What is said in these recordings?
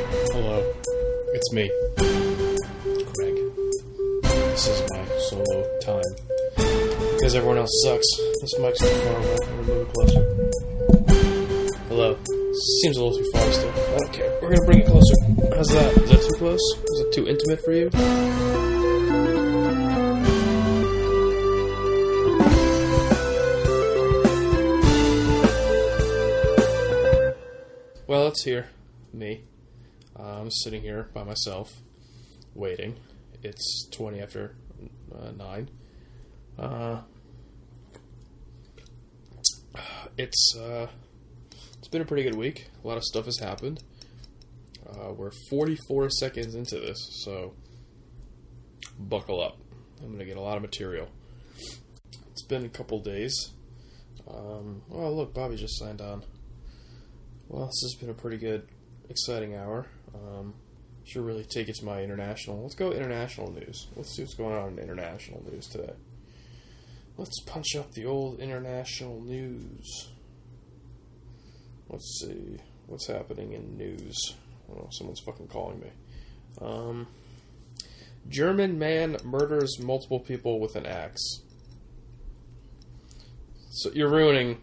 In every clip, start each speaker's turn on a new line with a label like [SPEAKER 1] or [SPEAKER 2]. [SPEAKER 1] Hello, it's me, Greg. This is my solo time. Because everyone else sucks, this mic's too far away. We're moving closer. Hello. Seems a little too far still. I don't care. We're gonna bring it closer. How's that? Is that too close? Is it too intimate for you? Well, it's here. Me. Uh, I'm sitting here by myself, waiting. It's 20 after uh, 9. Uh, it's, uh, it's been a pretty good week. A lot of stuff has happened. Uh, we're 44 seconds into this, so buckle up. I'm going to get a lot of material. It's been a couple days. Um, oh, look, Bobby just signed on. Well, this has been a pretty good, exciting hour. Um, should really take it to my international. Let's go international news. Let's see what's going on in international news today. Let's punch up the old international news. Let's see what's happening in news. Oh, someone's fucking calling me. Um, German man murders multiple people with an axe. So you're ruining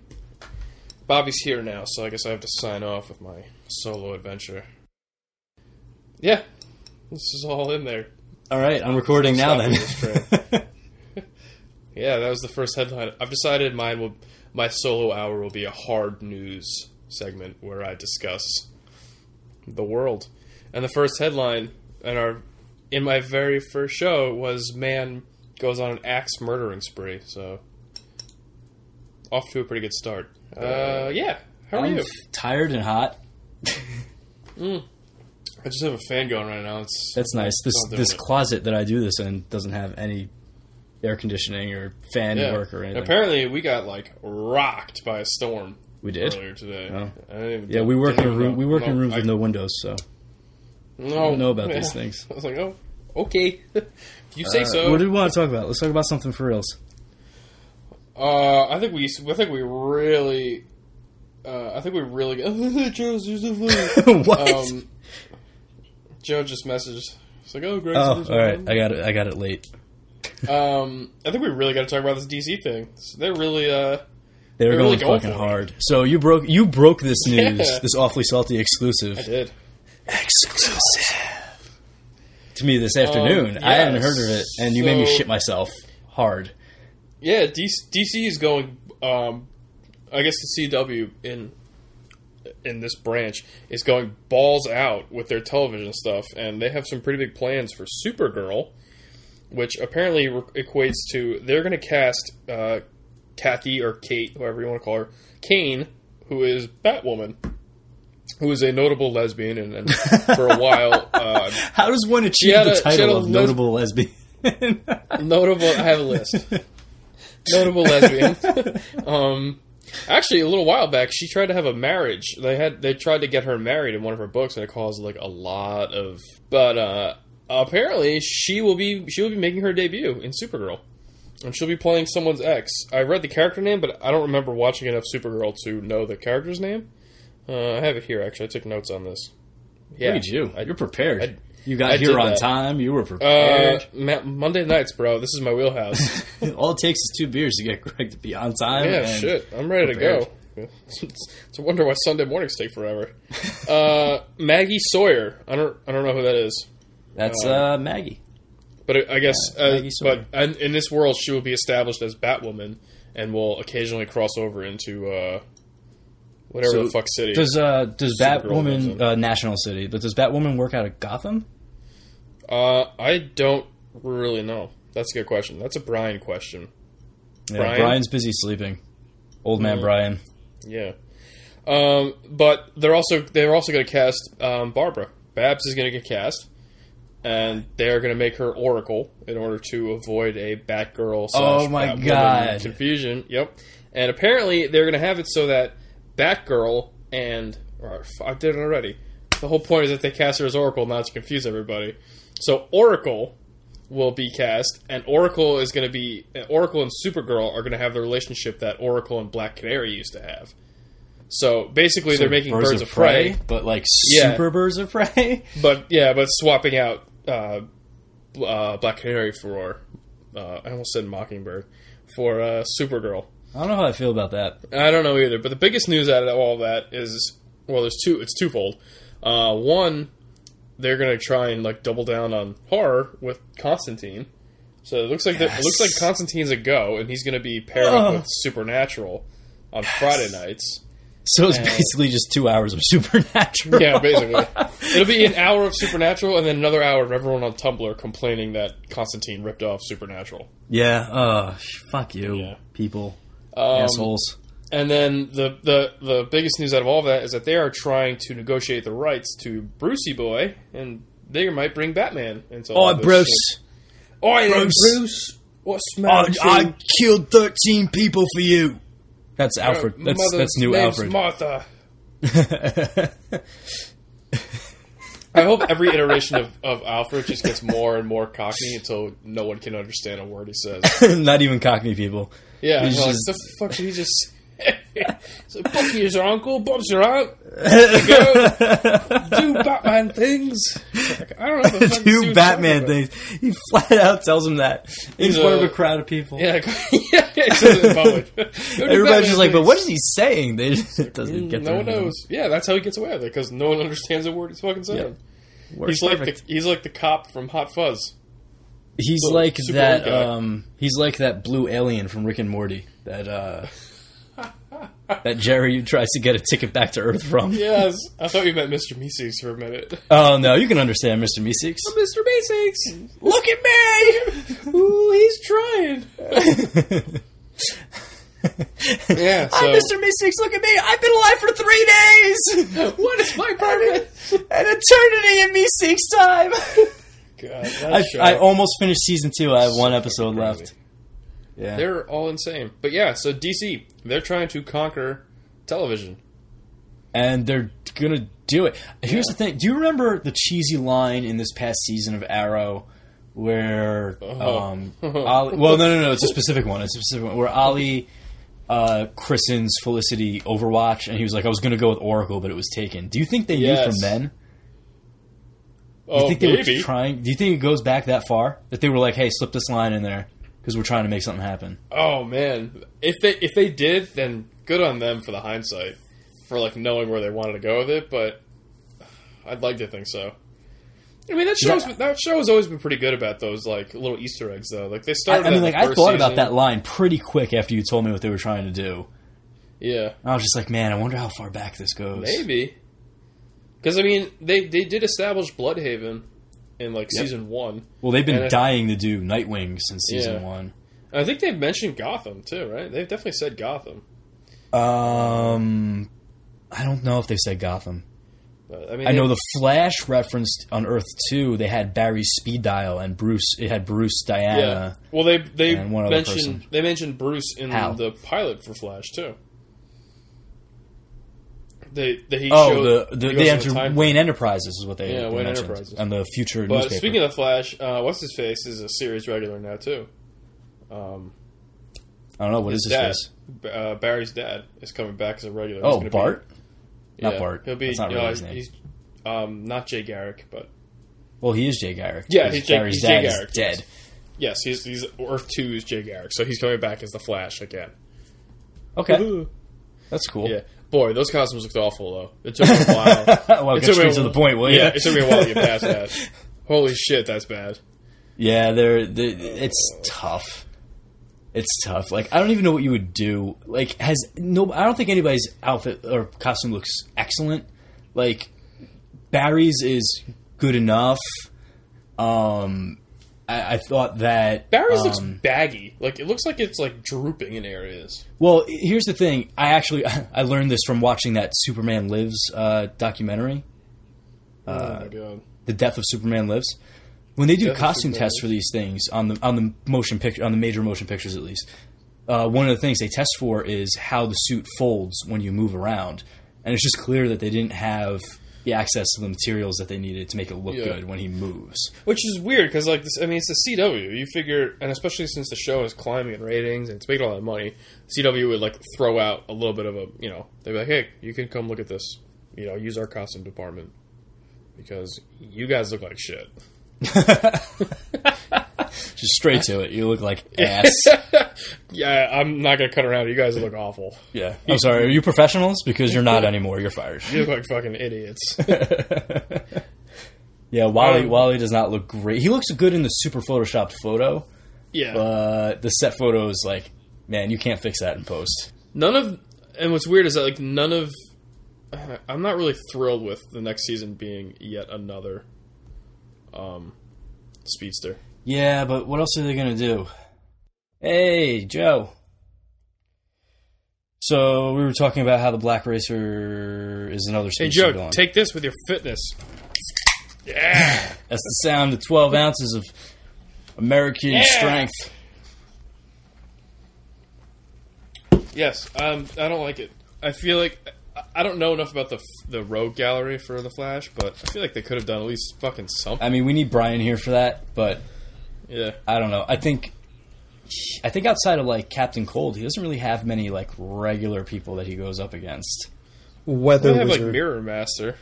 [SPEAKER 1] Bobby's here now, so I guess I have to sign off with my solo adventure. Yeah, this is all in there.
[SPEAKER 2] All right, I'm recording now then.
[SPEAKER 1] Stopping Yeah, that was the first headline. I've decided mine will my solo hour will be a hard news segment where I discuss the world. And the first headline in our in my very first show was man goes on an axe murdering spree. So off to a pretty good start. Uh, yeah. How are
[SPEAKER 2] I'm
[SPEAKER 1] you?
[SPEAKER 2] tired and hot.
[SPEAKER 1] I just have a fan going right now. It's
[SPEAKER 2] That's nice. This
[SPEAKER 1] Don't do
[SPEAKER 2] this
[SPEAKER 1] it.
[SPEAKER 2] closet that I do this in doesn't have any air conditioning or fan
[SPEAKER 1] yeah.
[SPEAKER 2] work or anything.
[SPEAKER 1] Apparently, we got like rocked by a storm
[SPEAKER 2] we did.
[SPEAKER 1] earlier today.
[SPEAKER 2] Oh.
[SPEAKER 1] I didn't even-
[SPEAKER 2] Yeah, we work in
[SPEAKER 1] didn't
[SPEAKER 2] a
[SPEAKER 1] even
[SPEAKER 2] room.
[SPEAKER 1] know.
[SPEAKER 2] We work in
[SPEAKER 1] No,
[SPEAKER 2] rooms
[SPEAKER 1] I-
[SPEAKER 2] with no windows, so
[SPEAKER 1] No,
[SPEAKER 2] know about these things.
[SPEAKER 1] I was like, oh, okay. if you say
[SPEAKER 2] Uh,
[SPEAKER 1] so.
[SPEAKER 2] What do we want to talk about? Let's talk about something for reals.
[SPEAKER 1] uh, I think we, I think we really, uh, I think we really. Joe's you're so funny.
[SPEAKER 2] what?
[SPEAKER 1] um, Joe just messaged. He's like, oh, Greg's
[SPEAKER 2] oh,
[SPEAKER 1] Bruce
[SPEAKER 2] all right.
[SPEAKER 1] Wayne.
[SPEAKER 2] I got it. I got it late.
[SPEAKER 1] um, I think we really got to talk about this DC thing. So they're really, uh,
[SPEAKER 2] They
[SPEAKER 1] They're
[SPEAKER 2] were going
[SPEAKER 1] really going
[SPEAKER 2] fucking
[SPEAKER 1] for it.
[SPEAKER 2] hard. So you broke you broke this news.
[SPEAKER 1] Yeah.
[SPEAKER 2] This awfully salty
[SPEAKER 1] I
[SPEAKER 2] exclusive.
[SPEAKER 1] did.
[SPEAKER 2] Exclusive. To me this afternoon. I hadn't
[SPEAKER 1] yes.
[SPEAKER 2] heard of it, and you made me
[SPEAKER 1] So-
[SPEAKER 2] shit myself hard.
[SPEAKER 1] Yeah, DC, DC is going. Um, I guess the CW in in this branch is going balls out with their television stuff, and they have some pretty big plans for Supergirl, which apparently re- equates to they're going to cast uh, Kathy or Kate, whoever you want to call her, Kane, who is Batwoman, who is a notable lesbian, and, and for a while. Uh,
[SPEAKER 2] How does one achieve
[SPEAKER 1] had
[SPEAKER 2] the
[SPEAKER 1] a- she had
[SPEAKER 2] title
[SPEAKER 1] a
[SPEAKER 2] of
[SPEAKER 1] no-
[SPEAKER 2] notable lesbian?
[SPEAKER 1] Notable. I have a list. Notable lesbian. um, actually, a little while back, she tried to have a marriage. They had they tried to get her married in one of her books, and it caused like a lot of. But uh, apparently, she will be she will be making her debut in Supergirl, and she'll be playing someone's ex. I read the character name, but I don't remember watching enough Supergirl to know the character's name. Uh, I have it here. Actually, I took notes on this. Yeah,
[SPEAKER 2] Look at you.
[SPEAKER 1] I-
[SPEAKER 2] You're prepared.
[SPEAKER 1] I-
[SPEAKER 2] you got
[SPEAKER 1] I did
[SPEAKER 2] here on
[SPEAKER 1] that.
[SPEAKER 2] time. You were
[SPEAKER 1] uh,
[SPEAKER 2] prepared.
[SPEAKER 1] Ma- Monday nights, bro. This is my wheelhouse.
[SPEAKER 2] All it takes is two beers to get Greg to be on time.
[SPEAKER 1] Yeah,
[SPEAKER 2] and
[SPEAKER 1] shit. I'm ready
[SPEAKER 2] prepared.
[SPEAKER 1] to go. it's it's a wonder why Sunday mornings take forever. Uh, Maggie Sawyer. I don't. I don't know who that is,
[SPEAKER 2] That's uh, Maggie.
[SPEAKER 1] but I- I guess.
[SPEAKER 2] Yeah,
[SPEAKER 1] uh,
[SPEAKER 2] Maggie Sawyer.
[SPEAKER 1] but in, in this world, she will be established as Batwoman, and will occasionally cross over into uh, whatever
[SPEAKER 2] So
[SPEAKER 1] the fuck city.
[SPEAKER 2] Does uh, does
[SPEAKER 1] Supergirl
[SPEAKER 2] Batwoman
[SPEAKER 1] doesn't.
[SPEAKER 2] uh, National City? But does Batwoman work out of Gotham?
[SPEAKER 1] uh, I don't really know. That's a good question. That's a Brian question.
[SPEAKER 2] Yeah,
[SPEAKER 1] Brian? Mm.
[SPEAKER 2] Brian's busy sleeping. Old man Brian.
[SPEAKER 1] Yeah. Um, but they're also they're also going to cast um, Barbara Babs is going to get cast, and they're going to make her Oracle in order to avoid a Batgirl. Slash
[SPEAKER 2] Oh my
[SPEAKER 1] Batwoman
[SPEAKER 2] God.
[SPEAKER 1] Confusion. Yep. And apparently they're going to have it so that Batgirl and or f- I did it already. The whole point is that they cast her as Oracle, not to confuse everybody. So Oracle will be cast, and Oracle is going to be Oracle and Supergirl are going to have the relationship that Oracle and Black Canary used to have. So basically, they're making birds, of prey,
[SPEAKER 2] but like
[SPEAKER 1] Yeah.
[SPEAKER 2] super birds of prey.
[SPEAKER 1] but yeah, but swapping out uh, bl- uh, Black Canary for uh, I almost said Mockingbird for uh, Supergirl.
[SPEAKER 2] I don't know how I feel about that.
[SPEAKER 1] I don't know either. But the biggest news out of all that is well, there's two. It's twofold. Uh, one, they're gonna try and like double down on horror with Constantine. So it looks like the, it looks like
[SPEAKER 2] Yes.
[SPEAKER 1] Constantine's a go, and he's gonna be paired
[SPEAKER 2] Oh.
[SPEAKER 1] up with Supernatural on Friday nights.
[SPEAKER 2] So it's basically just two hours of supernatural.
[SPEAKER 1] Yeah, basically. It'll be an hour of Supernatural and then another hour of everyone on Tumblr complaining that Constantine ripped off Supernatural.
[SPEAKER 2] yeah. Uh, fuck you,
[SPEAKER 1] Yeah.
[SPEAKER 2] people,
[SPEAKER 1] Um,
[SPEAKER 2] assholes.
[SPEAKER 1] And then the, the the biggest news out of all of that is that they are trying to negotiate the rights to Brucey Boy, and they might bring Batman into all
[SPEAKER 2] Oh,
[SPEAKER 1] this shit.
[SPEAKER 2] Bruce,
[SPEAKER 1] Oi, Bruce.
[SPEAKER 2] Bruce.
[SPEAKER 1] What's
[SPEAKER 2] I,
[SPEAKER 1] my
[SPEAKER 2] I killed thirteen people for you. That's Alfred.
[SPEAKER 1] Your
[SPEAKER 2] That's
[SPEAKER 1] mother's
[SPEAKER 2] that's new
[SPEAKER 1] name's
[SPEAKER 2] Alfred.
[SPEAKER 1] Martha. I hope every iteration of, of Alfred just gets more and more cockney until no one can understand a word he says.
[SPEAKER 2] Not even Cockney people.
[SPEAKER 1] Yeah,
[SPEAKER 2] He's
[SPEAKER 1] well,
[SPEAKER 2] just-
[SPEAKER 1] the fuck did he just? so Bucky is your uncle, Bob's your aunt. Go do Batman things. Like, I don't know. What the fuck this
[SPEAKER 2] Two
[SPEAKER 1] dude's
[SPEAKER 2] Batman
[SPEAKER 1] talking
[SPEAKER 2] things. He flat out tells him that in
[SPEAKER 1] He's
[SPEAKER 2] front
[SPEAKER 1] a-
[SPEAKER 2] of a crowd of people.
[SPEAKER 1] about. Yeah, yeah, yeah, he says it in public. Go do Batman
[SPEAKER 2] Everybody's just like, but
[SPEAKER 1] things. Mm,
[SPEAKER 2] what is he saying? They just, it doesn't get
[SPEAKER 1] No
[SPEAKER 2] their
[SPEAKER 1] one
[SPEAKER 2] head.
[SPEAKER 1] knows. Yeah, that's how he gets away with it because no one understands a word he's fucking saying.
[SPEAKER 2] Works
[SPEAKER 1] He's like
[SPEAKER 2] perfect.
[SPEAKER 1] the, he's like the cop from Hot Fuzz.
[SPEAKER 2] he's
[SPEAKER 1] the
[SPEAKER 2] like
[SPEAKER 1] super
[SPEAKER 2] that.
[SPEAKER 1] old guy.
[SPEAKER 2] Um, he's like that blue alien from Rick and Morty. That uh, that Jerry tries to get a ticket back to Earth from.
[SPEAKER 1] Yes, I thought you meant Mr. Meeseeks for a minute.
[SPEAKER 2] Oh no, you can understand, Oh, Mister Meeseeks.
[SPEAKER 1] Mr. Meeseeks,
[SPEAKER 2] Look at me.
[SPEAKER 1] ooh, he's trying. Yeah, so
[SPEAKER 2] I'm Mr. Meeseeks. Look at me. I've been alive for three days.
[SPEAKER 1] what is my purpose?
[SPEAKER 2] An eternity in Meeseeks time.
[SPEAKER 1] God, that
[SPEAKER 2] I,
[SPEAKER 1] show.
[SPEAKER 2] I almost finished season two. I have one episode
[SPEAKER 1] crazy.
[SPEAKER 2] left. Yeah.
[SPEAKER 1] They're all insane. But yeah, so DC, they're trying to conquer television.
[SPEAKER 2] and they're gonna do it. Here's the thing. Do you remember the cheesy line in this past season of Arrow where
[SPEAKER 1] Uh-huh.
[SPEAKER 2] um Ali, well no no no it's a specific one. It's a specific one where Ali uh christens Felicity Overwatch and he was like I was gonna go with Oracle but it was taken. Do you think they knew
[SPEAKER 1] Yes.
[SPEAKER 2] from then? Do
[SPEAKER 1] Oh,
[SPEAKER 2] you think they
[SPEAKER 1] maybe.
[SPEAKER 2] were trying do you think it goes back that far? That they were like, Hey, slip this line in there because we're trying to make something happen.
[SPEAKER 1] oh man, if they if they did, then good on them for the hindsight, for like knowing where they wanted to go with it. But I'd like to think so. I mean that show's that show has always been pretty good about those like little Easter eggs though. Like they
[SPEAKER 2] I,
[SPEAKER 1] started.
[SPEAKER 2] I mean
[SPEAKER 1] that
[SPEAKER 2] like
[SPEAKER 1] in the
[SPEAKER 2] I
[SPEAKER 1] first
[SPEAKER 2] thought about
[SPEAKER 1] season.
[SPEAKER 2] that line pretty quick after you told me what they were trying to do.
[SPEAKER 1] Yeah,
[SPEAKER 2] I was just like, man, I wonder how far back this goes.
[SPEAKER 1] maybe. Because I mean, they they did establish Bloodhaven in like season one.
[SPEAKER 2] Well, they've been
[SPEAKER 1] And I-
[SPEAKER 2] dying to do Nightwing since season
[SPEAKER 1] Yeah.
[SPEAKER 2] one.
[SPEAKER 1] And I think they've mentioned Gotham too, right? They've definitely said Gotham.
[SPEAKER 2] Um, I don't know if they said Gotham.
[SPEAKER 1] But, I mean,
[SPEAKER 2] I know
[SPEAKER 1] they-
[SPEAKER 2] the Flash referenced on Earth Two. They had Barry Speed Dial and Bruce. It had Bruce Diana.
[SPEAKER 1] Well, they they
[SPEAKER 2] and one other
[SPEAKER 1] mentioned
[SPEAKER 2] person.
[SPEAKER 1] they mentioned Bruce in
[SPEAKER 2] Hal.
[SPEAKER 1] the pilot for Flash too. They, they he
[SPEAKER 2] Oh,
[SPEAKER 1] showed,
[SPEAKER 2] the, the
[SPEAKER 1] he
[SPEAKER 2] they
[SPEAKER 1] goes to
[SPEAKER 2] entered
[SPEAKER 1] time-
[SPEAKER 2] Wayne Enterprises is what they
[SPEAKER 1] Yeah,
[SPEAKER 2] they
[SPEAKER 1] Wayne
[SPEAKER 2] mentioned
[SPEAKER 1] Enterprises.
[SPEAKER 2] on the future
[SPEAKER 1] But
[SPEAKER 2] newspaper.
[SPEAKER 1] speaking of the Flash, uh, what's his face is a series regular now too. Um,
[SPEAKER 2] I don't know what is this.
[SPEAKER 1] dad,
[SPEAKER 2] face?
[SPEAKER 1] B- uh, Barry's dad is coming back as a regular. He's
[SPEAKER 2] Oh,
[SPEAKER 1] gonna be-
[SPEAKER 2] Bart. not
[SPEAKER 1] yeah,
[SPEAKER 2] Bart.
[SPEAKER 1] He'll be
[SPEAKER 2] That's not
[SPEAKER 1] you
[SPEAKER 2] really
[SPEAKER 1] know,
[SPEAKER 2] his name.
[SPEAKER 1] He's, um, not Jay Garrick, but
[SPEAKER 2] Well, he is Jay Garrick.
[SPEAKER 1] Yeah,
[SPEAKER 2] because
[SPEAKER 1] he's Jay-
[SPEAKER 2] Barry's
[SPEAKER 1] he's
[SPEAKER 2] dad
[SPEAKER 1] Jay
[SPEAKER 2] is
[SPEAKER 1] Garrick, yes.
[SPEAKER 2] dead.
[SPEAKER 1] yes, he's he's Earth 2's Jay Garrick, so he's coming back as the Flash again.
[SPEAKER 2] Okay, that's cool.
[SPEAKER 1] Yeah. Boy, those costumes looked awful though. It took me a while.
[SPEAKER 2] well, get
[SPEAKER 1] took me
[SPEAKER 2] straight
[SPEAKER 1] a-
[SPEAKER 2] to the point, will you?
[SPEAKER 1] yeah, it took me a while to get past that. Holy shit, that's bad.
[SPEAKER 2] Yeah, they're, they it's tough. It's tough. Like I don't even know what you would do. Like has no I don't think anybody's outfit or costume looks excellent. Like Barry's is good enough. Um I, I thought that
[SPEAKER 1] Barry's
[SPEAKER 2] um,
[SPEAKER 1] looks baggy. Like it looks like it's like drooping in areas.
[SPEAKER 2] well, here's the thing. I actually I learned this from watching that Superman Lives uh, documentary.
[SPEAKER 1] oh my god.
[SPEAKER 2] the death of Superman lives. When they do
[SPEAKER 1] of
[SPEAKER 2] costume
[SPEAKER 1] Superman
[SPEAKER 2] tests for these things on the on the motion picture on the major motion pictures at least, uh, one of the things they test for is how the suit folds when you move around, and it's just clear that they didn't have the access to the materials that they needed to make it look
[SPEAKER 1] Yeah.
[SPEAKER 2] good when he moves.
[SPEAKER 1] Which is weird because, like, this, I mean, it's the CW. You figure, and especially since the show is climbing in ratings and it's making a lot of money, CW would like throw out a little bit of a, you know, they'd be like, "Hey, you can come look at this. You know, use our costume department because you guys look like shit."
[SPEAKER 2] Just straight to it. You look like ass.
[SPEAKER 1] yeah, I'm not gonna cut around. You guys look awful.
[SPEAKER 2] yeah. I'm sorry. Are you professionals? Because you're not anymore. You're fired.
[SPEAKER 1] You look like fucking idiots.
[SPEAKER 2] Yeah. Wally.
[SPEAKER 1] Um,
[SPEAKER 2] Wally does not look great. He looks good in the super photoshopped photo,
[SPEAKER 1] Yeah.
[SPEAKER 2] but the set photo is like, man, you can't fix that in post.
[SPEAKER 1] None of, and what's weird is that like none of, I'm not really thrilled with the next season being yet another, um, speedster.
[SPEAKER 2] Yeah, but what else are they gonna do? Hey, Joe. So we were talking about how the Black Racer is another
[SPEAKER 1] Hey
[SPEAKER 2] species
[SPEAKER 1] Joe,
[SPEAKER 2] villain.
[SPEAKER 1] take this with your fitness. Yeah,
[SPEAKER 2] That's the sound of twelve ounces of American
[SPEAKER 1] Yeah.
[SPEAKER 2] strength.
[SPEAKER 1] yes. Um, I don't like it. I feel like I- I don't know enough about the the rogue gallery for the Flash, but I feel like they could have done at least fucking something.
[SPEAKER 2] I mean, we need Brian here for that, but
[SPEAKER 3] Uh,
[SPEAKER 1] Yeah,
[SPEAKER 2] I don't know. I think, I think outside of like Captain Cold, he doesn't really have many like regular people that he goes up against.
[SPEAKER 1] they
[SPEAKER 3] Weather
[SPEAKER 1] have like
[SPEAKER 3] Wizard.
[SPEAKER 1] Mirror Master.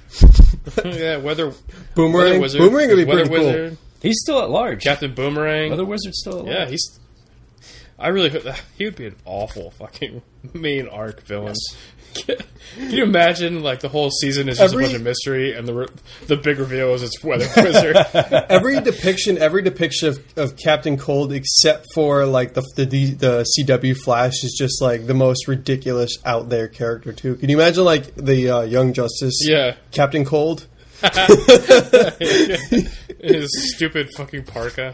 [SPEAKER 1] yeah, Weather Weather
[SPEAKER 3] Boomerang.
[SPEAKER 1] Wizard.
[SPEAKER 3] Boomerang would be
[SPEAKER 1] Weather
[SPEAKER 3] pretty cool.
[SPEAKER 1] Wizard,
[SPEAKER 2] He's still at large.
[SPEAKER 1] Captain Boomerang.
[SPEAKER 2] Other wizard's still at
[SPEAKER 1] Yeah,
[SPEAKER 2] large.
[SPEAKER 1] he's. I really hope that he would be an awful fucking main arc villain. Can you imagine like the whole season is just
[SPEAKER 3] Every-
[SPEAKER 1] a bunch of mystery and the re- the big reveal is it's Weather Wizard.
[SPEAKER 3] Every depiction, every depiction of, of Captain Cold, except for like the, the the CW Flash, is just like the most ridiculous out there character too. Can you imagine like the uh, Young Justice?
[SPEAKER 1] yeah,
[SPEAKER 3] Captain Cold.
[SPEAKER 1] his stupid fucking parka.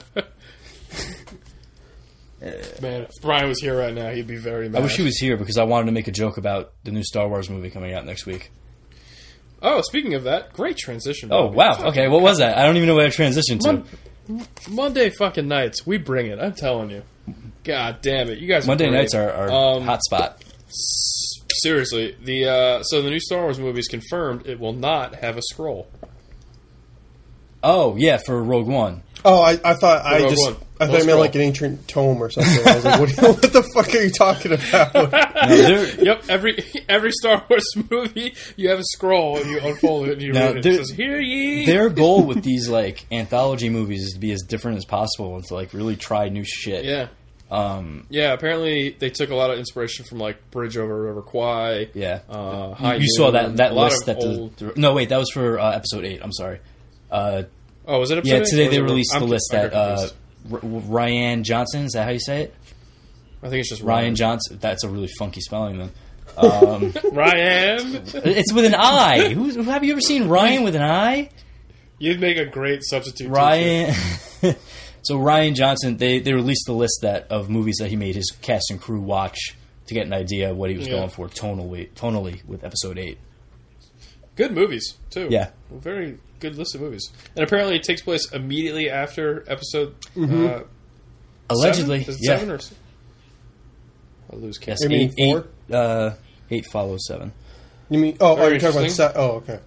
[SPEAKER 1] Man, if Brian was here right now, he'd be very mad.
[SPEAKER 2] I wish he was here because I wanted to make a joke about the new Star Wars movie coming out next week.
[SPEAKER 1] oh, speaking of that, great transition.
[SPEAKER 2] Oh
[SPEAKER 1] Bobby.
[SPEAKER 2] wow.
[SPEAKER 1] Fuck.
[SPEAKER 2] Okay, what was that? I don't even know what I transitioned to.
[SPEAKER 1] Mon- Monday fucking nights, we bring it. I'm telling you. God damn it, you guys.
[SPEAKER 2] Monday
[SPEAKER 1] are great.
[SPEAKER 2] nights are our
[SPEAKER 1] Um,
[SPEAKER 2] hot spot.
[SPEAKER 1] Seriously, the uh, so the new Star Wars movie is confirmed. It will not have a scroll.
[SPEAKER 2] Oh yeah, for Rogue One.
[SPEAKER 3] Oh, I, I thought I
[SPEAKER 1] Rogue
[SPEAKER 3] just
[SPEAKER 1] One. No
[SPEAKER 3] I thought I meant
[SPEAKER 1] scroll.
[SPEAKER 3] like an ancient tome or something. I was like, what, do you- what the fuck are you talking about?
[SPEAKER 2] No, there,
[SPEAKER 1] Yep, every every Star Wars movie, you have a scroll and you unfold it and you
[SPEAKER 2] Now,
[SPEAKER 1] read it.
[SPEAKER 2] there-
[SPEAKER 1] It says, "Hear ye."
[SPEAKER 2] their goal with these like anthology movies is to be as different as possible and to like really try new shit.
[SPEAKER 1] yeah,
[SPEAKER 2] Um,
[SPEAKER 1] yeah. Apparently, they took a lot of inspiration from like Bridge over River Kwai.
[SPEAKER 2] yeah.
[SPEAKER 1] uh,
[SPEAKER 2] you
[SPEAKER 1] High
[SPEAKER 2] you saw
[SPEAKER 1] Noon,
[SPEAKER 2] that that
[SPEAKER 1] a lot
[SPEAKER 2] list
[SPEAKER 1] of
[SPEAKER 2] that the,
[SPEAKER 1] old-
[SPEAKER 2] no wait that was for uh, episode eight. I'm sorry. Uh,
[SPEAKER 1] oh, was it? Episode
[SPEAKER 2] yeah,
[SPEAKER 1] eight? Or
[SPEAKER 2] today
[SPEAKER 1] was
[SPEAKER 2] they
[SPEAKER 1] it-
[SPEAKER 2] released
[SPEAKER 1] I'm
[SPEAKER 2] the list
[SPEAKER 1] I'm
[SPEAKER 2] that uh,
[SPEAKER 1] confused.
[SPEAKER 2] R- R- Ryan Johnson is that how you say it?
[SPEAKER 1] I think it's just
[SPEAKER 2] Ryan
[SPEAKER 1] Ryan.
[SPEAKER 2] Johnson. That's a really funky spelling then.
[SPEAKER 1] Ryan,
[SPEAKER 2] It's with an I. Who's, who- have you ever seen Ryan with an I?
[SPEAKER 1] you'd make a great substitute. teacher.
[SPEAKER 2] Ryan. so Ryan Johnson, they they released the list that of movies that he made his cast and crew watch to get an idea of what he was
[SPEAKER 1] Yeah.
[SPEAKER 2] going for tonally, tonally with episode eight.
[SPEAKER 1] Good movies too.
[SPEAKER 2] Yeah.
[SPEAKER 1] very good list of movies. And apparently, it takes place immediately after episode.
[SPEAKER 2] Mm-hmm.
[SPEAKER 1] Uh,
[SPEAKER 2] Allegedly,
[SPEAKER 1] Seven? Is it
[SPEAKER 2] yeah.
[SPEAKER 1] seven or s- I lose count.
[SPEAKER 2] yes,
[SPEAKER 3] You mean
[SPEAKER 2] eight, eight,
[SPEAKER 3] four?
[SPEAKER 2] uh, eight follows seven.
[SPEAKER 3] you mean? Oh, are
[SPEAKER 1] Very
[SPEAKER 3] you talking about?
[SPEAKER 1] interesting.
[SPEAKER 3] Sa- oh, okay.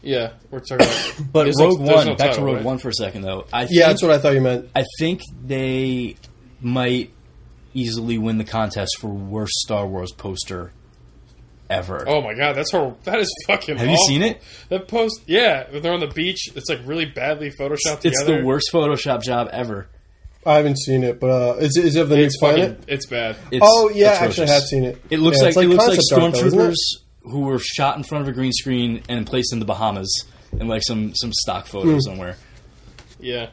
[SPEAKER 1] Yeah, we're talking about.
[SPEAKER 2] But
[SPEAKER 1] There's no-
[SPEAKER 2] Rogue
[SPEAKER 1] there's
[SPEAKER 2] One,
[SPEAKER 1] no
[SPEAKER 2] back to
[SPEAKER 1] title,
[SPEAKER 2] Rogue
[SPEAKER 1] right?
[SPEAKER 2] One for a second though. I think,
[SPEAKER 3] Yeah, that's what I thought you meant.
[SPEAKER 2] I think they might easily win the contest for worst Star Wars poster ever.
[SPEAKER 1] oh my god, that's horrible. That is fucking.
[SPEAKER 2] have you seen it?
[SPEAKER 1] That post, yeah, when they're on the beach, it's like really badly photoshopped
[SPEAKER 2] It's
[SPEAKER 1] together.
[SPEAKER 2] the worst Photoshop job ever.
[SPEAKER 3] I haven't seen it, but uh, is is it of the
[SPEAKER 1] It's
[SPEAKER 3] new planet?
[SPEAKER 1] fucking. It's bad.
[SPEAKER 2] It's
[SPEAKER 3] oh yeah,
[SPEAKER 2] atrocious.
[SPEAKER 3] actually, I have seen it.
[SPEAKER 2] It looks
[SPEAKER 3] Yeah,
[SPEAKER 2] like,
[SPEAKER 3] it's
[SPEAKER 2] it looks like
[SPEAKER 3] concept art, though, isn't
[SPEAKER 2] stormtroopers
[SPEAKER 3] it?
[SPEAKER 2] who were shot in front of a green screen and placed in the Bahamas in like some some stock photo
[SPEAKER 3] Hmm.
[SPEAKER 2] somewhere.
[SPEAKER 1] Yeah.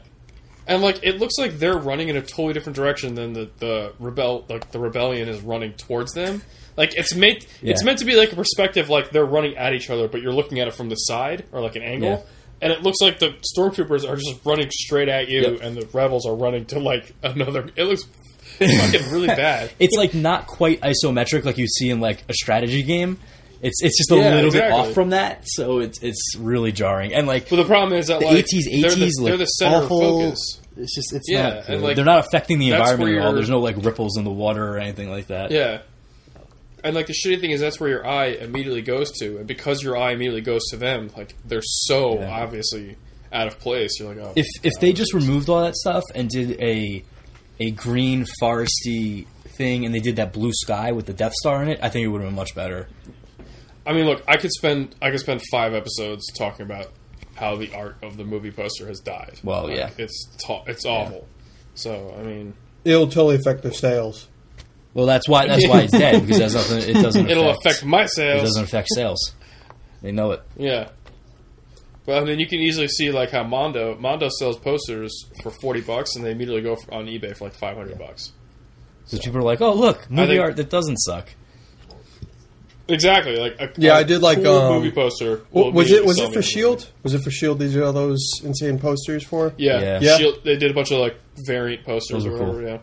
[SPEAKER 1] And like it looks like they're running in a totally different direction than the, the rebel like the rebellion is running towards them. Like it's meant it's
[SPEAKER 2] Yeah.
[SPEAKER 1] meant to be like a perspective like they're running at each other, but you're looking at it from the side or like an angle.
[SPEAKER 2] Yeah.
[SPEAKER 1] And it looks like the stormtroopers are just running straight at you,
[SPEAKER 2] Yep.
[SPEAKER 1] and the rebels are running to like another. It looks fucking really bad.
[SPEAKER 2] It's like not quite isometric like you see in like a strategy game. It's it's just a
[SPEAKER 1] Yeah,
[SPEAKER 2] little bit
[SPEAKER 1] exactly.
[SPEAKER 2] off from that, so it's it's really jarring. And like
[SPEAKER 1] But the problem is that
[SPEAKER 2] the
[SPEAKER 1] like
[SPEAKER 2] eighties
[SPEAKER 1] they're the,
[SPEAKER 2] eighties
[SPEAKER 1] they're
[SPEAKER 2] look
[SPEAKER 1] the center
[SPEAKER 2] awful.
[SPEAKER 1] of focus.
[SPEAKER 2] It's just it's
[SPEAKER 1] Yeah,
[SPEAKER 2] not
[SPEAKER 1] and,
[SPEAKER 2] good.
[SPEAKER 1] like,
[SPEAKER 2] they're not affecting the
[SPEAKER 1] that's
[SPEAKER 2] environment
[SPEAKER 1] where
[SPEAKER 2] at all.
[SPEAKER 1] you're-
[SPEAKER 2] There's no like ripples in the water or anything like that.
[SPEAKER 1] Yeah. and like the shitty thing is that's where your eye immediately goes to, and because your eye immediately goes to them, like they're so
[SPEAKER 2] Yeah.
[SPEAKER 1] obviously out of place. You're like, oh,
[SPEAKER 2] if if they just removed all that stuff and did a a green foresty thing and they did that blue sky with the Death Star in it, I think it would have been much better.
[SPEAKER 1] I mean, look, I could spend I could spend five episodes talking about how the art of the movie poster has died.
[SPEAKER 2] Well,
[SPEAKER 1] Like,
[SPEAKER 2] yeah.
[SPEAKER 1] it's ta- it's awful. So I mean,
[SPEAKER 3] It'll totally affect their sales.
[SPEAKER 2] Well, that's why that's why it's dead because that's nothing. It doesn't.
[SPEAKER 1] it'll affect my sales.
[SPEAKER 2] It doesn't affect sales. They know it.
[SPEAKER 1] Yeah. Well, I mean, you can easily see like how Mondo Mondo sells posters for forty bucks, and they immediately go for, on eBay for like five hundred bucks.
[SPEAKER 2] Because people are like, "Oh, look, movie
[SPEAKER 1] think-
[SPEAKER 2] art that doesn't suck."
[SPEAKER 1] Exactly. Like a,
[SPEAKER 3] Yeah,
[SPEAKER 1] I
[SPEAKER 3] I did, like,
[SPEAKER 1] cool
[SPEAKER 3] um,
[SPEAKER 1] movie poster. will
[SPEAKER 3] Well, was it
[SPEAKER 1] immediately
[SPEAKER 3] was
[SPEAKER 1] sell
[SPEAKER 3] it
[SPEAKER 1] me
[SPEAKER 3] for
[SPEAKER 1] a
[SPEAKER 3] Shield? E Was it for Shield? These are all those insane posters for.
[SPEAKER 1] Yeah,
[SPEAKER 2] Yeah.
[SPEAKER 3] Yeah.
[SPEAKER 1] Shield, E they did a bunch of like variant posters
[SPEAKER 2] Those
[SPEAKER 1] or
[SPEAKER 2] are cool.
[SPEAKER 1] whatever. Yeah,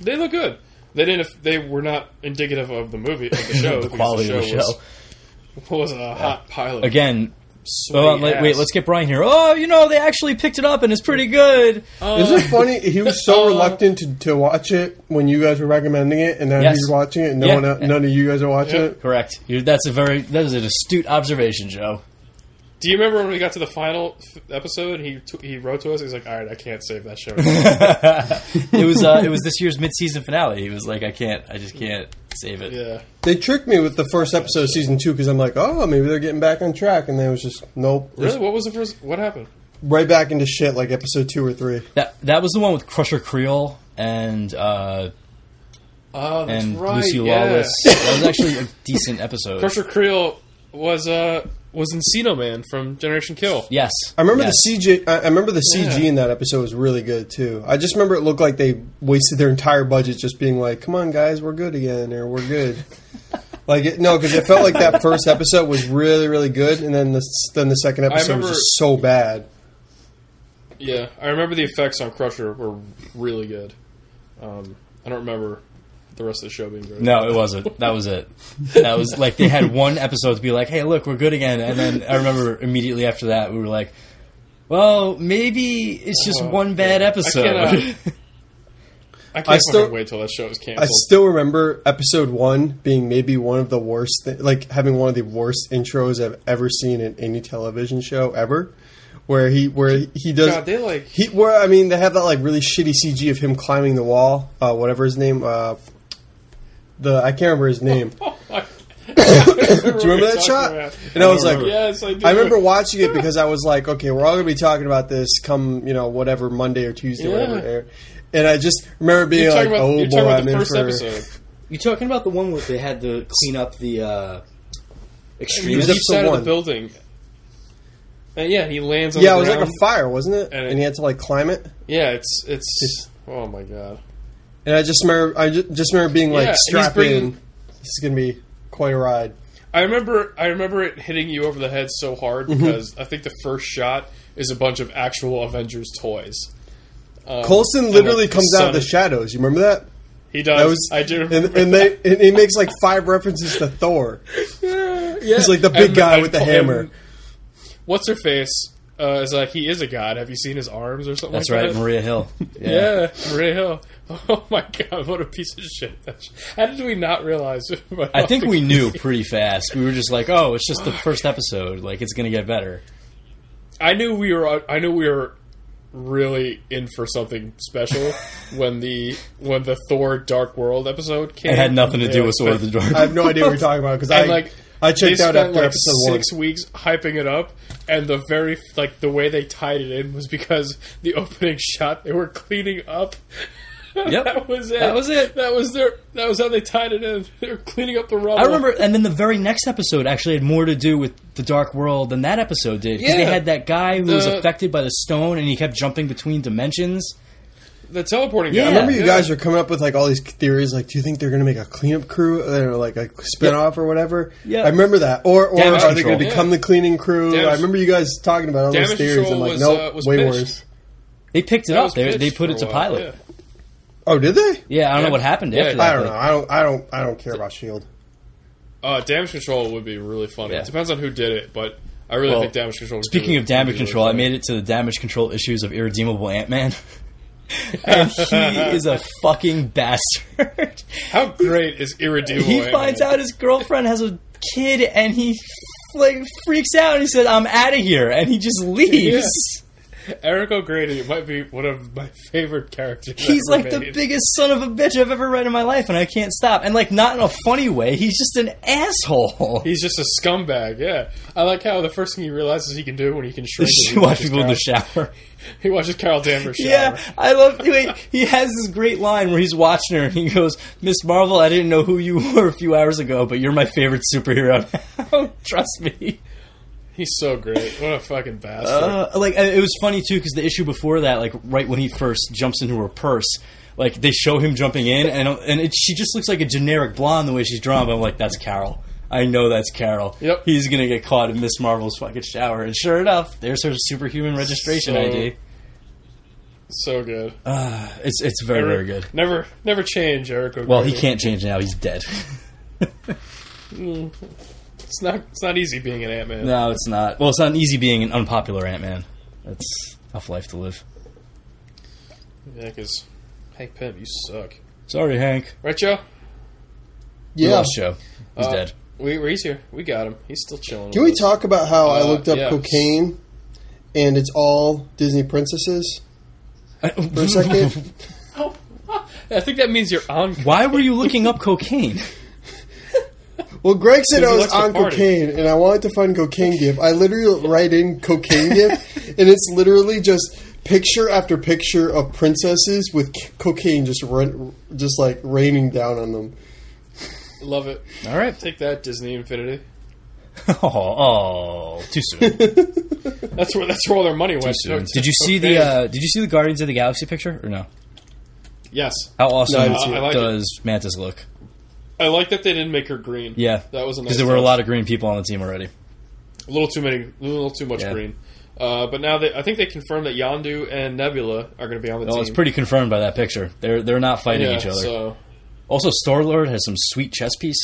[SPEAKER 1] they look good. They didn't. They were not indicative of the movie, of the show.
[SPEAKER 2] the
[SPEAKER 1] because
[SPEAKER 2] quality of the show.
[SPEAKER 1] was, was a hot pilot.
[SPEAKER 2] Again,
[SPEAKER 1] Sweet
[SPEAKER 2] oh, wait, wait,
[SPEAKER 1] ass.
[SPEAKER 2] let's get Brian here. Oh, you know, they actually picked it up and it's pretty good.
[SPEAKER 3] Is it funny? He was
[SPEAKER 2] Uh,
[SPEAKER 3] so reluctant to, to watch it when you guys were recommending it, and now
[SPEAKER 2] Yes.
[SPEAKER 3] he's watching it. And no
[SPEAKER 2] Yeah.
[SPEAKER 3] one, el- none of you guys are watching
[SPEAKER 1] Yeah.
[SPEAKER 3] it.
[SPEAKER 2] Correct. You- That's a very that is an astute observation, Joe.
[SPEAKER 1] Do you remember when we got to the final f- episode? And he t- he wrote to us. He's like, "All right, I can't save that show." anymore."
[SPEAKER 2] It was uh, it was this year's mid season finale. He was like, "I can't, I just can't save it."
[SPEAKER 1] yeah.
[SPEAKER 3] They tricked me with the first episode of season two because I'm like, oh, maybe they're getting back on track, and then it was just nope,
[SPEAKER 1] Really?
[SPEAKER 3] just
[SPEAKER 1] What was the first? What happened?
[SPEAKER 3] right back into shit like episode two or three.
[SPEAKER 2] That that was the one with Crusher Creole and uh,
[SPEAKER 1] Oh, that's
[SPEAKER 2] and
[SPEAKER 1] right.
[SPEAKER 2] Lucy
[SPEAKER 1] yeah.
[SPEAKER 2] Lawless. That was actually a decent episode.
[SPEAKER 1] Crusher Creel was uh was Encino Man from Generation Kill.
[SPEAKER 2] Yes,
[SPEAKER 3] I remember
[SPEAKER 2] yes.
[SPEAKER 3] the CG. I I remember the CG
[SPEAKER 1] Yeah.
[SPEAKER 3] in that episode was really good too. I just remember it looked like they wasted their entire budget just being like, "Come on, guys, we're good again," or "We're good." like it, no, because it felt like that first episode was really, really good, and then the s- then the second episode
[SPEAKER 1] remember-
[SPEAKER 3] was just so bad.
[SPEAKER 1] Yeah, I remember the effects on Crusher were really good. Um, I don't remember the rest of the show being great.
[SPEAKER 2] No, it wasn't. That was it. That was like they had one episode to be like, "Hey, look, we're good again." And then I remember immediately after that, we were like, "Well, maybe it's just
[SPEAKER 1] Oh,
[SPEAKER 2] one bad episode."
[SPEAKER 1] cannot- I can't
[SPEAKER 3] I still-
[SPEAKER 1] fucking wait till that show is
[SPEAKER 3] I
[SPEAKER 1] canceled.
[SPEAKER 3] still remember episode one being maybe one of the worst, th- like having one of the worst intros I've ever seen in any television show ever. Where he, where he does,
[SPEAKER 1] God, they like
[SPEAKER 3] He, where I mean, they have that like really shitty CG of him climbing the wall. Uh, whatever his name, uh, the I can't remember his name.
[SPEAKER 1] Oh my-
[SPEAKER 3] Do you remember that shot? And I was like,
[SPEAKER 1] yes, I do.
[SPEAKER 3] I remember watching it because I was like, okay, we're all going to be talking about this come you know whatever Monday or Tuesday,
[SPEAKER 1] Yeah.
[SPEAKER 3] whatever. air. And I just remember being
[SPEAKER 1] You're
[SPEAKER 3] like,
[SPEAKER 1] talking about,
[SPEAKER 3] oh
[SPEAKER 1] you're
[SPEAKER 3] boy,
[SPEAKER 1] talking about
[SPEAKER 3] I'm
[SPEAKER 1] the
[SPEAKER 3] in
[SPEAKER 1] first
[SPEAKER 3] for.
[SPEAKER 1] episode.
[SPEAKER 2] You talking about the one where they had to clean up the uh,
[SPEAKER 1] He leaps
[SPEAKER 3] was
[SPEAKER 2] extremes?
[SPEAKER 3] episode
[SPEAKER 1] out of
[SPEAKER 3] one.
[SPEAKER 1] the building. And yeah, he lands on
[SPEAKER 3] Yeah, it
[SPEAKER 1] the
[SPEAKER 3] was like a
[SPEAKER 1] ground.
[SPEAKER 3] fire, wasn't it?
[SPEAKER 1] And
[SPEAKER 3] And,
[SPEAKER 1] it-
[SPEAKER 3] he had to like climb it.
[SPEAKER 1] Yeah, it's it's.
[SPEAKER 3] Just-
[SPEAKER 1] oh my god.
[SPEAKER 3] And I just remember, I ju- just, remember being like,
[SPEAKER 1] Yeah, and he's
[SPEAKER 3] strapped
[SPEAKER 1] bringing-
[SPEAKER 3] in. This is going to be quite a ride.
[SPEAKER 1] I remember I remember it hitting you over the head so hard
[SPEAKER 3] Mm-hmm.
[SPEAKER 1] because I think the first shot is a bunch of actual Avengers toys. Um,
[SPEAKER 3] Colson
[SPEAKER 1] and,
[SPEAKER 3] literally
[SPEAKER 1] like,
[SPEAKER 3] comes out of the
[SPEAKER 1] sun-
[SPEAKER 3] shadows. You remember that?
[SPEAKER 1] He does.
[SPEAKER 3] That was
[SPEAKER 1] I do.
[SPEAKER 3] and,
[SPEAKER 1] remember
[SPEAKER 3] and they and he makes like five references to Thor.
[SPEAKER 1] that. yeah.
[SPEAKER 3] He's like the big
[SPEAKER 1] And-
[SPEAKER 3] guy
[SPEAKER 1] and-
[SPEAKER 3] with the
[SPEAKER 1] and
[SPEAKER 3] hammer.
[SPEAKER 1] What's her face? Uh, is like he is a god. Have you seen his arms or something?
[SPEAKER 2] That's
[SPEAKER 1] like
[SPEAKER 2] right,
[SPEAKER 1] that?
[SPEAKER 2] Maria Hill.
[SPEAKER 1] Yeah, Maria Hill. Oh my god, what a piece of shit! How did we not realize?
[SPEAKER 2] I think we knew pretty fast. We were just like, "Oh, it's just the first episode. Like, it's gonna get better."
[SPEAKER 1] I knew we were. I knew we were really in for something special when the when the Thor Dark World episode came.
[SPEAKER 2] It had nothing to do with Sword of the Dark.
[SPEAKER 3] I have no idea what you're talking about because I
[SPEAKER 1] And like
[SPEAKER 3] I
[SPEAKER 1] they
[SPEAKER 3] checked out
[SPEAKER 1] spent
[SPEAKER 3] after
[SPEAKER 1] like
[SPEAKER 3] episode one.
[SPEAKER 1] six weeks hyping it up, and the very like the way they tied it in was because the opening shot they were cleaning up.
[SPEAKER 2] Yep.
[SPEAKER 1] that was it.
[SPEAKER 2] That was it.
[SPEAKER 1] That was their. That was how they tied it in. They were cleaning up the rubble.
[SPEAKER 2] I remember, and then the very next episode actually had more to do with the Dark World than that episode did. 'cause they
[SPEAKER 1] Yeah.
[SPEAKER 2] had that guy who was
[SPEAKER 1] The-
[SPEAKER 2] affected by the stone, and he kept jumping between dimensions.
[SPEAKER 1] the teleporting.
[SPEAKER 2] Yeah.
[SPEAKER 1] guy.
[SPEAKER 2] I
[SPEAKER 3] I remember you guys were coming up with like all these theories, like do you think they're going to make a cleanup crew or like a spinoff or whatever?
[SPEAKER 2] Yeah.
[SPEAKER 3] I remember that. Or, or
[SPEAKER 2] Damage
[SPEAKER 3] are they
[SPEAKER 2] control.
[SPEAKER 3] going to become the cleaning crew?
[SPEAKER 1] Damage-
[SPEAKER 3] I remember you guys talking about all those
[SPEAKER 1] Damage
[SPEAKER 3] theories. I'm
[SPEAKER 1] Control
[SPEAKER 3] like,
[SPEAKER 1] was,
[SPEAKER 3] nope,
[SPEAKER 1] uh, was
[SPEAKER 3] way
[SPEAKER 1] pitched.
[SPEAKER 3] worse.
[SPEAKER 2] They picked it
[SPEAKER 1] That
[SPEAKER 2] up.
[SPEAKER 1] was
[SPEAKER 2] They,
[SPEAKER 1] pitched
[SPEAKER 2] they put
[SPEAKER 1] for
[SPEAKER 2] it
[SPEAKER 1] a
[SPEAKER 2] to
[SPEAKER 1] while,
[SPEAKER 2] pilot.
[SPEAKER 1] yeah.
[SPEAKER 2] Yeah,
[SPEAKER 3] Oh, did they?
[SPEAKER 2] I don't
[SPEAKER 1] Yeah.
[SPEAKER 2] know what happened
[SPEAKER 1] Yeah,
[SPEAKER 2] after that.
[SPEAKER 3] I don't
[SPEAKER 2] but-
[SPEAKER 3] know. I don't. I don't. I E don't care about Shield.
[SPEAKER 1] Uh, damage control would be really funny.
[SPEAKER 2] Yeah.
[SPEAKER 1] It depends on who did it, but I really
[SPEAKER 2] Well,
[SPEAKER 1] think damage control. Would
[SPEAKER 2] Speaking of damage control, I made it to the damage control issues of Irredeemable Ant Man. and he is a fucking bastard.
[SPEAKER 1] How great is irredeemable?
[SPEAKER 2] he finds out his girlfriend has a kid, and he like freaks out and he says, "I'm out of here," and he just leaves.
[SPEAKER 1] Eric O'Grady might be one of my favorite characters.
[SPEAKER 2] He's
[SPEAKER 1] ever
[SPEAKER 2] like the
[SPEAKER 1] made.
[SPEAKER 2] biggest son of a bitch I've ever read in my life, and I can't stop. And like, not in a funny way. He's just an asshole.
[SPEAKER 1] He's just a scumbag. Yeah, I like how the first thing he realizes he can do when he can shrink. is he
[SPEAKER 2] You watch
[SPEAKER 1] watches
[SPEAKER 2] people in the
[SPEAKER 1] Carol-
[SPEAKER 2] shower.
[SPEAKER 1] He watches Carol Danvers. Shower.
[SPEAKER 2] Yeah, I love. Wait, he has this great line where he's watching her and he goes, "Miss Marvel, I didn't know who you were a few hours ago, but you're my favorite superhero now. oh, Trust me."
[SPEAKER 1] he's so great. What a fucking bastard.
[SPEAKER 2] Uh, like uh, it was funny too because the issue before that, like right when he first jumps into her purse, like they show him jumping in, and uh, and it, she just looks like a generic blonde the way she's drawn. But I'm like, that's Carol. I know that's Carol.
[SPEAKER 1] Yep.
[SPEAKER 2] He's gonna get caught in Miss Marvel's fucking shower, and sure enough, there's her superhuman registration
[SPEAKER 1] So-
[SPEAKER 2] ID.
[SPEAKER 1] so good.
[SPEAKER 2] It's it's very very good.
[SPEAKER 1] Never, never change, Eric. O'Grady.
[SPEAKER 2] Well, he can't change now. He's dead.
[SPEAKER 1] It's not. It's not easy being an Ant Man.
[SPEAKER 2] no, it's not. Well, it's not easy being an unpopular Ant Man. That's a tough life to live.
[SPEAKER 1] Yeah, because Hank Pym, you suck.
[SPEAKER 2] Sorry, Hank.
[SPEAKER 1] Right, Joe?
[SPEAKER 2] We
[SPEAKER 3] Yeah.
[SPEAKER 2] lost Joe. He's
[SPEAKER 1] Uh,
[SPEAKER 2] dead.
[SPEAKER 1] We, he's here. We got him. He's still chilling.
[SPEAKER 3] Can
[SPEAKER 1] with
[SPEAKER 3] we
[SPEAKER 1] us.
[SPEAKER 3] talk about how I
[SPEAKER 1] Uh,
[SPEAKER 3] looked up
[SPEAKER 1] yeah.
[SPEAKER 3] cocaine and it's all Disney princesses for a second?
[SPEAKER 1] I think that means you're on.
[SPEAKER 2] Why were you looking up cocaine?
[SPEAKER 3] well, Greg said
[SPEAKER 1] Because
[SPEAKER 3] I
[SPEAKER 1] he
[SPEAKER 3] was
[SPEAKER 1] likes to
[SPEAKER 3] on
[SPEAKER 1] party.
[SPEAKER 3] cocaine and I wanted to find cocaine gif. I literally write in cocaine gif and it's literally just picture after picture of princesses with c- cocaine just run, just like raining down on them.
[SPEAKER 1] Love it.
[SPEAKER 2] All right.
[SPEAKER 1] Take that, Disney Infinity.
[SPEAKER 2] Oh, oh too soon. Too
[SPEAKER 1] That's where that's where all their money went.
[SPEAKER 2] soon.
[SPEAKER 1] to.
[SPEAKER 2] Did you see the
[SPEAKER 1] Okay.
[SPEAKER 2] uh, Did you see the Guardians of the Galaxy picture or no?
[SPEAKER 1] yes,
[SPEAKER 2] How awesome
[SPEAKER 3] didn't see
[SPEAKER 1] it. I like
[SPEAKER 2] does Mantis look?
[SPEAKER 1] I like that they didn't make her green.
[SPEAKER 2] Yeah,
[SPEAKER 1] that was a nice.
[SPEAKER 2] because there were a
[SPEAKER 1] touch.
[SPEAKER 2] lot of green people on the team already.
[SPEAKER 1] a little too many, a little too much
[SPEAKER 2] Yeah.
[SPEAKER 1] green. Uh, but now they, I think they confirmed that Yandu and Nebula are going to be on the
[SPEAKER 2] Well,
[SPEAKER 1] team.
[SPEAKER 2] it's pretty confirmed by that picture. They're they're not fighting
[SPEAKER 1] yeah,
[SPEAKER 2] each other.
[SPEAKER 1] So
[SPEAKER 2] Also, Star Lord has some sweet chess piece.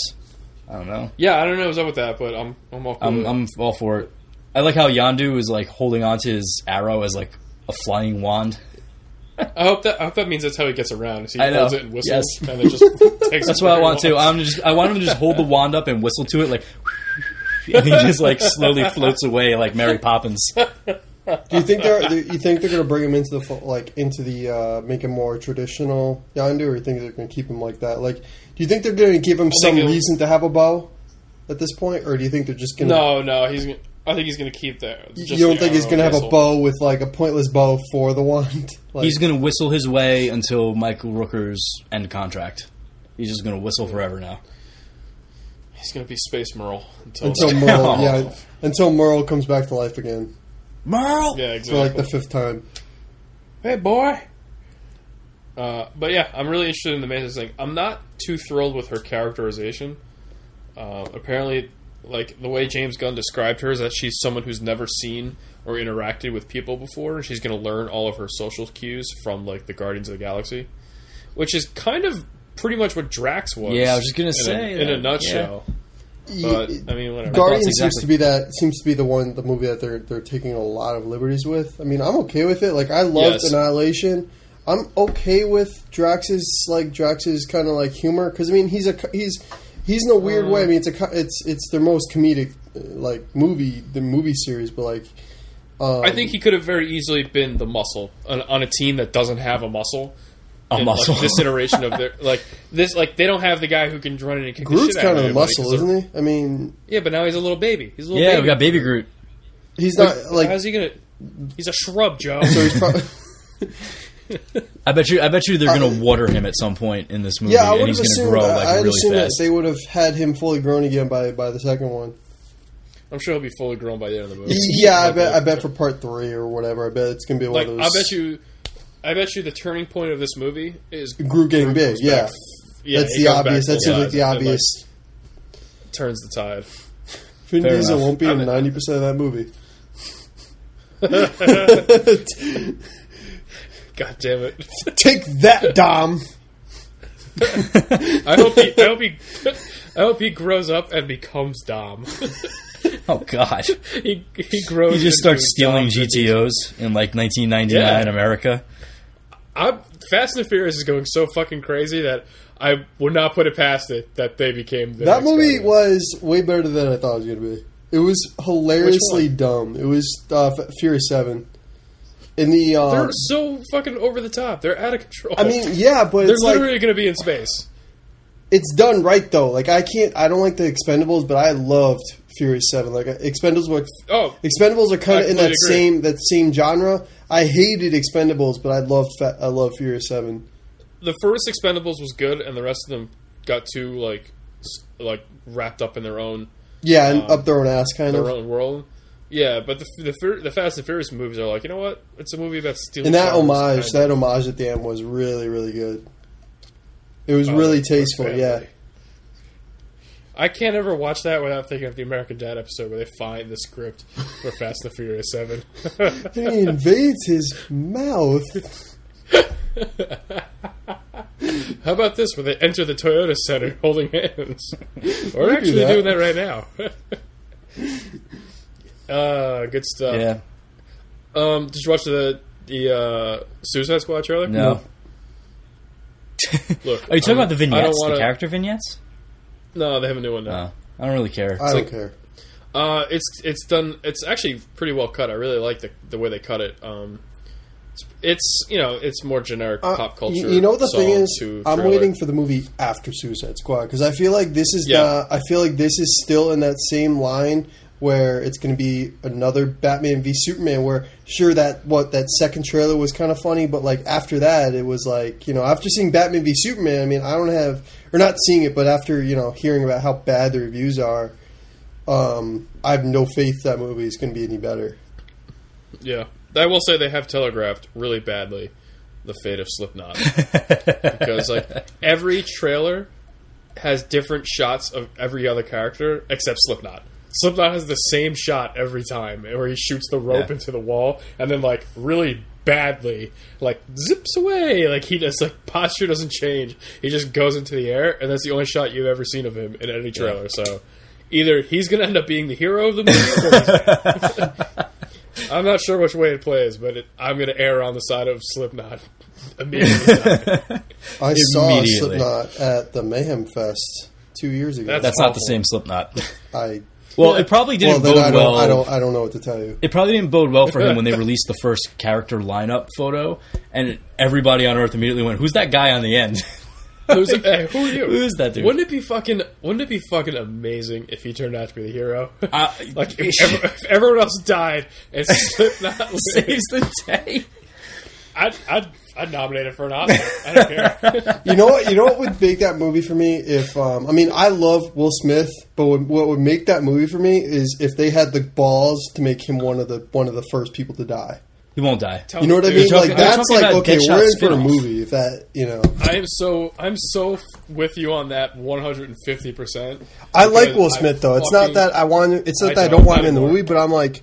[SPEAKER 2] I don't know.
[SPEAKER 1] yeah, I don't know what's up with that, but I'm I'm all cool
[SPEAKER 2] I'm
[SPEAKER 1] with it.
[SPEAKER 2] I'm all for it. I like how Yandu is like holding onto his arrow as like a flying wand.
[SPEAKER 1] I hope that I hope that means that's how he gets around. Is he
[SPEAKER 2] I know.
[SPEAKER 1] holds it and whistles,
[SPEAKER 2] Yes.
[SPEAKER 1] and it just takes.
[SPEAKER 2] That's what I want to. I'm just I want him to just hold the wand up and whistle to it like and he just like slowly floats away like Mary Poppins.
[SPEAKER 3] Do you think they're do you think they're going to bring him into the fo- like into the uh, make him more traditional Yandu, or you think they're going to keep him like that? Like, do you think they're going to give him some
[SPEAKER 1] think it'll-
[SPEAKER 3] reason to have a bow at this point, or do you think they're just going to?
[SPEAKER 1] No, no, he's. gonna- I think he's going to keep that. uh,
[SPEAKER 3] you don't think he's going to have a bow with like a pointless bow for the wand? Like,
[SPEAKER 2] He's gonna whistle his way until Michael Rooker's end contract. He's just gonna whistle forever now.
[SPEAKER 1] He's going to be Space Merle until.
[SPEAKER 3] until Merle, yeah, until Merle comes back to life again
[SPEAKER 2] Merle
[SPEAKER 1] yeah,
[SPEAKER 3] for
[SPEAKER 1] exactly.
[SPEAKER 3] like the fifth time.
[SPEAKER 1] Hey, boy. Uh, but yeah, I'm really interested in the Mantis thing. I'm not too thrilled with her characterization. Uh, apparently, like the way James Gunn described her is that she's someone who's never seen or interacted with people before, and she's going to learn all of her social cues from like the Guardians of the Galaxy, which is kind of pretty much what Drax was.
[SPEAKER 2] Yeah, I was just gonna
[SPEAKER 1] in a-
[SPEAKER 2] say
[SPEAKER 1] in a
[SPEAKER 2] that,
[SPEAKER 1] nutshell. But I mean, whatever.
[SPEAKER 3] Guardians
[SPEAKER 2] exactly-
[SPEAKER 3] seems to be that seems to be the one the movie that they're they're taking a lot of liberties with. I mean, I'm okay with it. Like I loved
[SPEAKER 1] Yes.
[SPEAKER 3] Annihilation. I'm okay with Drax's like Drax's kind of like humor because I mean he's a co- he's he's in a weird
[SPEAKER 1] Uh.
[SPEAKER 3] way. I mean it's a co- it's it's their most comedic uh, like movie the movie series, but like um,
[SPEAKER 1] I think he could have very easily been the muscle on, on a team that doesn't have a muscle.
[SPEAKER 2] a
[SPEAKER 1] in,
[SPEAKER 2] muscle.
[SPEAKER 1] Like, this iteration of their like this like they don't have the guy who can run in and kick the
[SPEAKER 3] Groot's
[SPEAKER 1] shit out
[SPEAKER 3] kind of a
[SPEAKER 1] of
[SPEAKER 3] muscle, isn't he? I mean,
[SPEAKER 1] he? Yeah, but now he's a little baby. He's a little
[SPEAKER 2] yeah,
[SPEAKER 1] baby.
[SPEAKER 2] we got baby Groot.
[SPEAKER 3] he's not like
[SPEAKER 1] how's he gonna? He's a shrub, Joe.
[SPEAKER 3] so he's probably.
[SPEAKER 2] I bet you I bet you they're gonna water him at some point in this movie
[SPEAKER 3] Yeah, I
[SPEAKER 2] and
[SPEAKER 3] would have
[SPEAKER 2] he's gonna
[SPEAKER 3] assumed.
[SPEAKER 2] grow
[SPEAKER 3] that-
[SPEAKER 2] like
[SPEAKER 3] I would assume
[SPEAKER 2] really
[SPEAKER 3] that
[SPEAKER 2] fast.
[SPEAKER 3] they would have had him fully grown again by by the second one.
[SPEAKER 1] I'm sure he'll be fully grown by the end of the movie.
[SPEAKER 3] Yeah, I bet. I bet for part three or whatever. I bet it's gonna be one
[SPEAKER 1] Like
[SPEAKER 3] of
[SPEAKER 1] I
[SPEAKER 3] those.
[SPEAKER 1] bet you, I bet you the turning point of this movie is
[SPEAKER 3] Grew getting big.
[SPEAKER 1] goes
[SPEAKER 3] Yeah.
[SPEAKER 1] back. yeah,
[SPEAKER 3] that's
[SPEAKER 1] he goes
[SPEAKER 3] the
[SPEAKER 1] back
[SPEAKER 3] obvious.
[SPEAKER 1] full
[SPEAKER 3] That seems
[SPEAKER 1] size
[SPEAKER 3] like the
[SPEAKER 1] and,
[SPEAKER 3] obvious.
[SPEAKER 1] like, turns the tide.
[SPEAKER 3] Vin
[SPEAKER 2] Fair
[SPEAKER 3] Diesel
[SPEAKER 2] enough.
[SPEAKER 3] won't be
[SPEAKER 1] I'm-
[SPEAKER 3] in ninety percent of that movie.
[SPEAKER 1] God damn it!
[SPEAKER 3] Take that, Dom.
[SPEAKER 1] I hope he, I hope he, I hope he grows up and becomes Dom.
[SPEAKER 2] Oh god.
[SPEAKER 1] he he grows.
[SPEAKER 2] He just starts
[SPEAKER 1] into Dom
[SPEAKER 2] stealing
[SPEAKER 1] Vin
[SPEAKER 2] GTOs in like nineteen ninety nine
[SPEAKER 1] Yeah.
[SPEAKER 2] America.
[SPEAKER 1] I'm Fast and Furious is going so fucking crazy that I would not put it past it that they became the
[SPEAKER 3] That
[SPEAKER 1] next
[SPEAKER 3] movie
[SPEAKER 1] Guardians.
[SPEAKER 3] was way better than I thought it was going to be. It was hilariously dumb. It was uh, F- Furious Seven. In the, uh,
[SPEAKER 1] They're so fucking over the top. They're out of control.
[SPEAKER 3] I mean, yeah, but
[SPEAKER 1] they're
[SPEAKER 3] it's like
[SPEAKER 1] literally going to be in space.
[SPEAKER 3] it's done right though. Like I can't, I don't like the Expendables, but I loved Furious Seven. Like Expendables were,
[SPEAKER 1] Oh,
[SPEAKER 3] Expendables are kind
[SPEAKER 1] I
[SPEAKER 3] of in that
[SPEAKER 1] completely agree.
[SPEAKER 3] same that same genre. I hated Expendables, but I loved Fa- I loved Furious Seven.
[SPEAKER 1] the first Expendables was good, and the rest of them got too like s- like wrapped up in their own
[SPEAKER 3] Yeah, and
[SPEAKER 1] Um,
[SPEAKER 3] up their own ass kind
[SPEAKER 1] their
[SPEAKER 3] of.
[SPEAKER 1] own world. Yeah, but the the, Fur- the Fast and Furious movies are like, you know what? It's a movie about stealing.
[SPEAKER 3] And that
[SPEAKER 1] cars,
[SPEAKER 3] homage,
[SPEAKER 1] kind of.
[SPEAKER 3] that homage at the end was really really good. It was
[SPEAKER 1] Oh,
[SPEAKER 3] really
[SPEAKER 1] for
[SPEAKER 3] tasteful.
[SPEAKER 1] family.
[SPEAKER 3] Yeah.
[SPEAKER 1] I can't ever watch that without thinking of the American Dad episode where they find the script for Fast and the Furious Seven.
[SPEAKER 3] He invades his mouth.
[SPEAKER 1] How about this? Where they enter the Toyota Center holding hands. We're
[SPEAKER 3] do
[SPEAKER 1] actually
[SPEAKER 3] that.
[SPEAKER 1] doing that right now. uh, good stuff.
[SPEAKER 2] yeah.
[SPEAKER 1] Um, did you watch the the uh, Suicide Squad trailer?
[SPEAKER 2] No.
[SPEAKER 1] Look,
[SPEAKER 2] Are you
[SPEAKER 1] I'm-
[SPEAKER 2] talking about the
[SPEAKER 1] I don't
[SPEAKER 2] vignettes,
[SPEAKER 1] wanna-
[SPEAKER 2] the character vignettes?
[SPEAKER 1] No, they have a new one now.
[SPEAKER 2] No, I don't really care.
[SPEAKER 3] I don't
[SPEAKER 1] like-
[SPEAKER 3] care.
[SPEAKER 1] Uh, it's it's done. It's actually pretty well cut. I really like the the way they cut it. Um, it's- it's you know it's more generic
[SPEAKER 3] Uh,
[SPEAKER 1] pop
[SPEAKER 3] you-
[SPEAKER 1] culture.
[SPEAKER 3] You know what the thing
[SPEAKER 1] song
[SPEAKER 3] is?
[SPEAKER 1] to
[SPEAKER 3] I'm
[SPEAKER 1] thriller.
[SPEAKER 3] waiting for the movie after Suicide Squad because I feel like this is
[SPEAKER 1] Yeah.
[SPEAKER 3] the, I feel like this is still in that same line where it's going to be another Batman v Superman. Where sure that what that second trailer was kind of funny, but like after that it was like you know after seeing Batman v Superman, I mean I don't have or not seeing it, but after you know hearing about how bad the reviews are, um, I have no faith that movie is going to be any better.
[SPEAKER 1] Yeah, I will say they have telegraphed really badly the fate of Slipknot because like every trailer has different shots of every other character except Slipknot. Slipknot has the same shot every time, where he shoots the rope
[SPEAKER 2] Yeah.
[SPEAKER 1] into the wall and then like really badly like zips away. Like he does like posture doesn't change. He just goes into the air, and that's the only shot you've ever seen of him in any trailer. So either he's gonna end up being the hero of the movie, or he's I'm not sure which way it plays, but it, I'm going to err on the side of Slipknot immediately.
[SPEAKER 3] I saw
[SPEAKER 2] Immediately.
[SPEAKER 3] Slipknot at the Mayhem Fest two years ago.
[SPEAKER 1] That's-
[SPEAKER 2] That's not the
[SPEAKER 1] awful.
[SPEAKER 2] same Slipknot.
[SPEAKER 3] I
[SPEAKER 2] Well, it probably
[SPEAKER 3] well
[SPEAKER 2] didn't
[SPEAKER 3] then
[SPEAKER 2] bode
[SPEAKER 3] I don't,
[SPEAKER 2] well.
[SPEAKER 3] I don't I don't know what to tell you.
[SPEAKER 2] It probably didn't bode well for him when they released the first character lineup photo, and everybody on Earth immediately went, "Who's that guy on the end?"
[SPEAKER 1] Who's, hey, who are you?
[SPEAKER 2] Who's that dude?
[SPEAKER 1] Wouldn't it be fucking? Wouldn't it be fucking amazing if he turned out to be the hero?
[SPEAKER 2] Uh,
[SPEAKER 1] like if, ever, if everyone else died and Slipknot lived,
[SPEAKER 2] saves the day.
[SPEAKER 1] I'd, I'd, I'd nominate him for an Oscar. I don't care.
[SPEAKER 3] You know what? You know what would make that movie for me? If um, I mean, I love Will Smith, but what- what would make that movie for me is if they had the balls to make him one of the one of the first people to die.
[SPEAKER 2] He won't die.
[SPEAKER 1] Tell
[SPEAKER 3] You know what I
[SPEAKER 1] dude,
[SPEAKER 3] mean?
[SPEAKER 2] talking-
[SPEAKER 3] like
[SPEAKER 2] we're
[SPEAKER 3] that's
[SPEAKER 2] talking
[SPEAKER 3] like
[SPEAKER 2] about
[SPEAKER 3] okay,
[SPEAKER 2] Deadshot
[SPEAKER 3] we're in for a
[SPEAKER 2] spin-off.
[SPEAKER 3] movie if that you know.
[SPEAKER 1] I am so I'm so f- with you on that 150. percent
[SPEAKER 3] I like Will Smith though. It's not that I want. It's not
[SPEAKER 1] I
[SPEAKER 3] that I
[SPEAKER 1] don't
[SPEAKER 3] don't want him in the
[SPEAKER 1] anymore.
[SPEAKER 3] movie, but I'm like,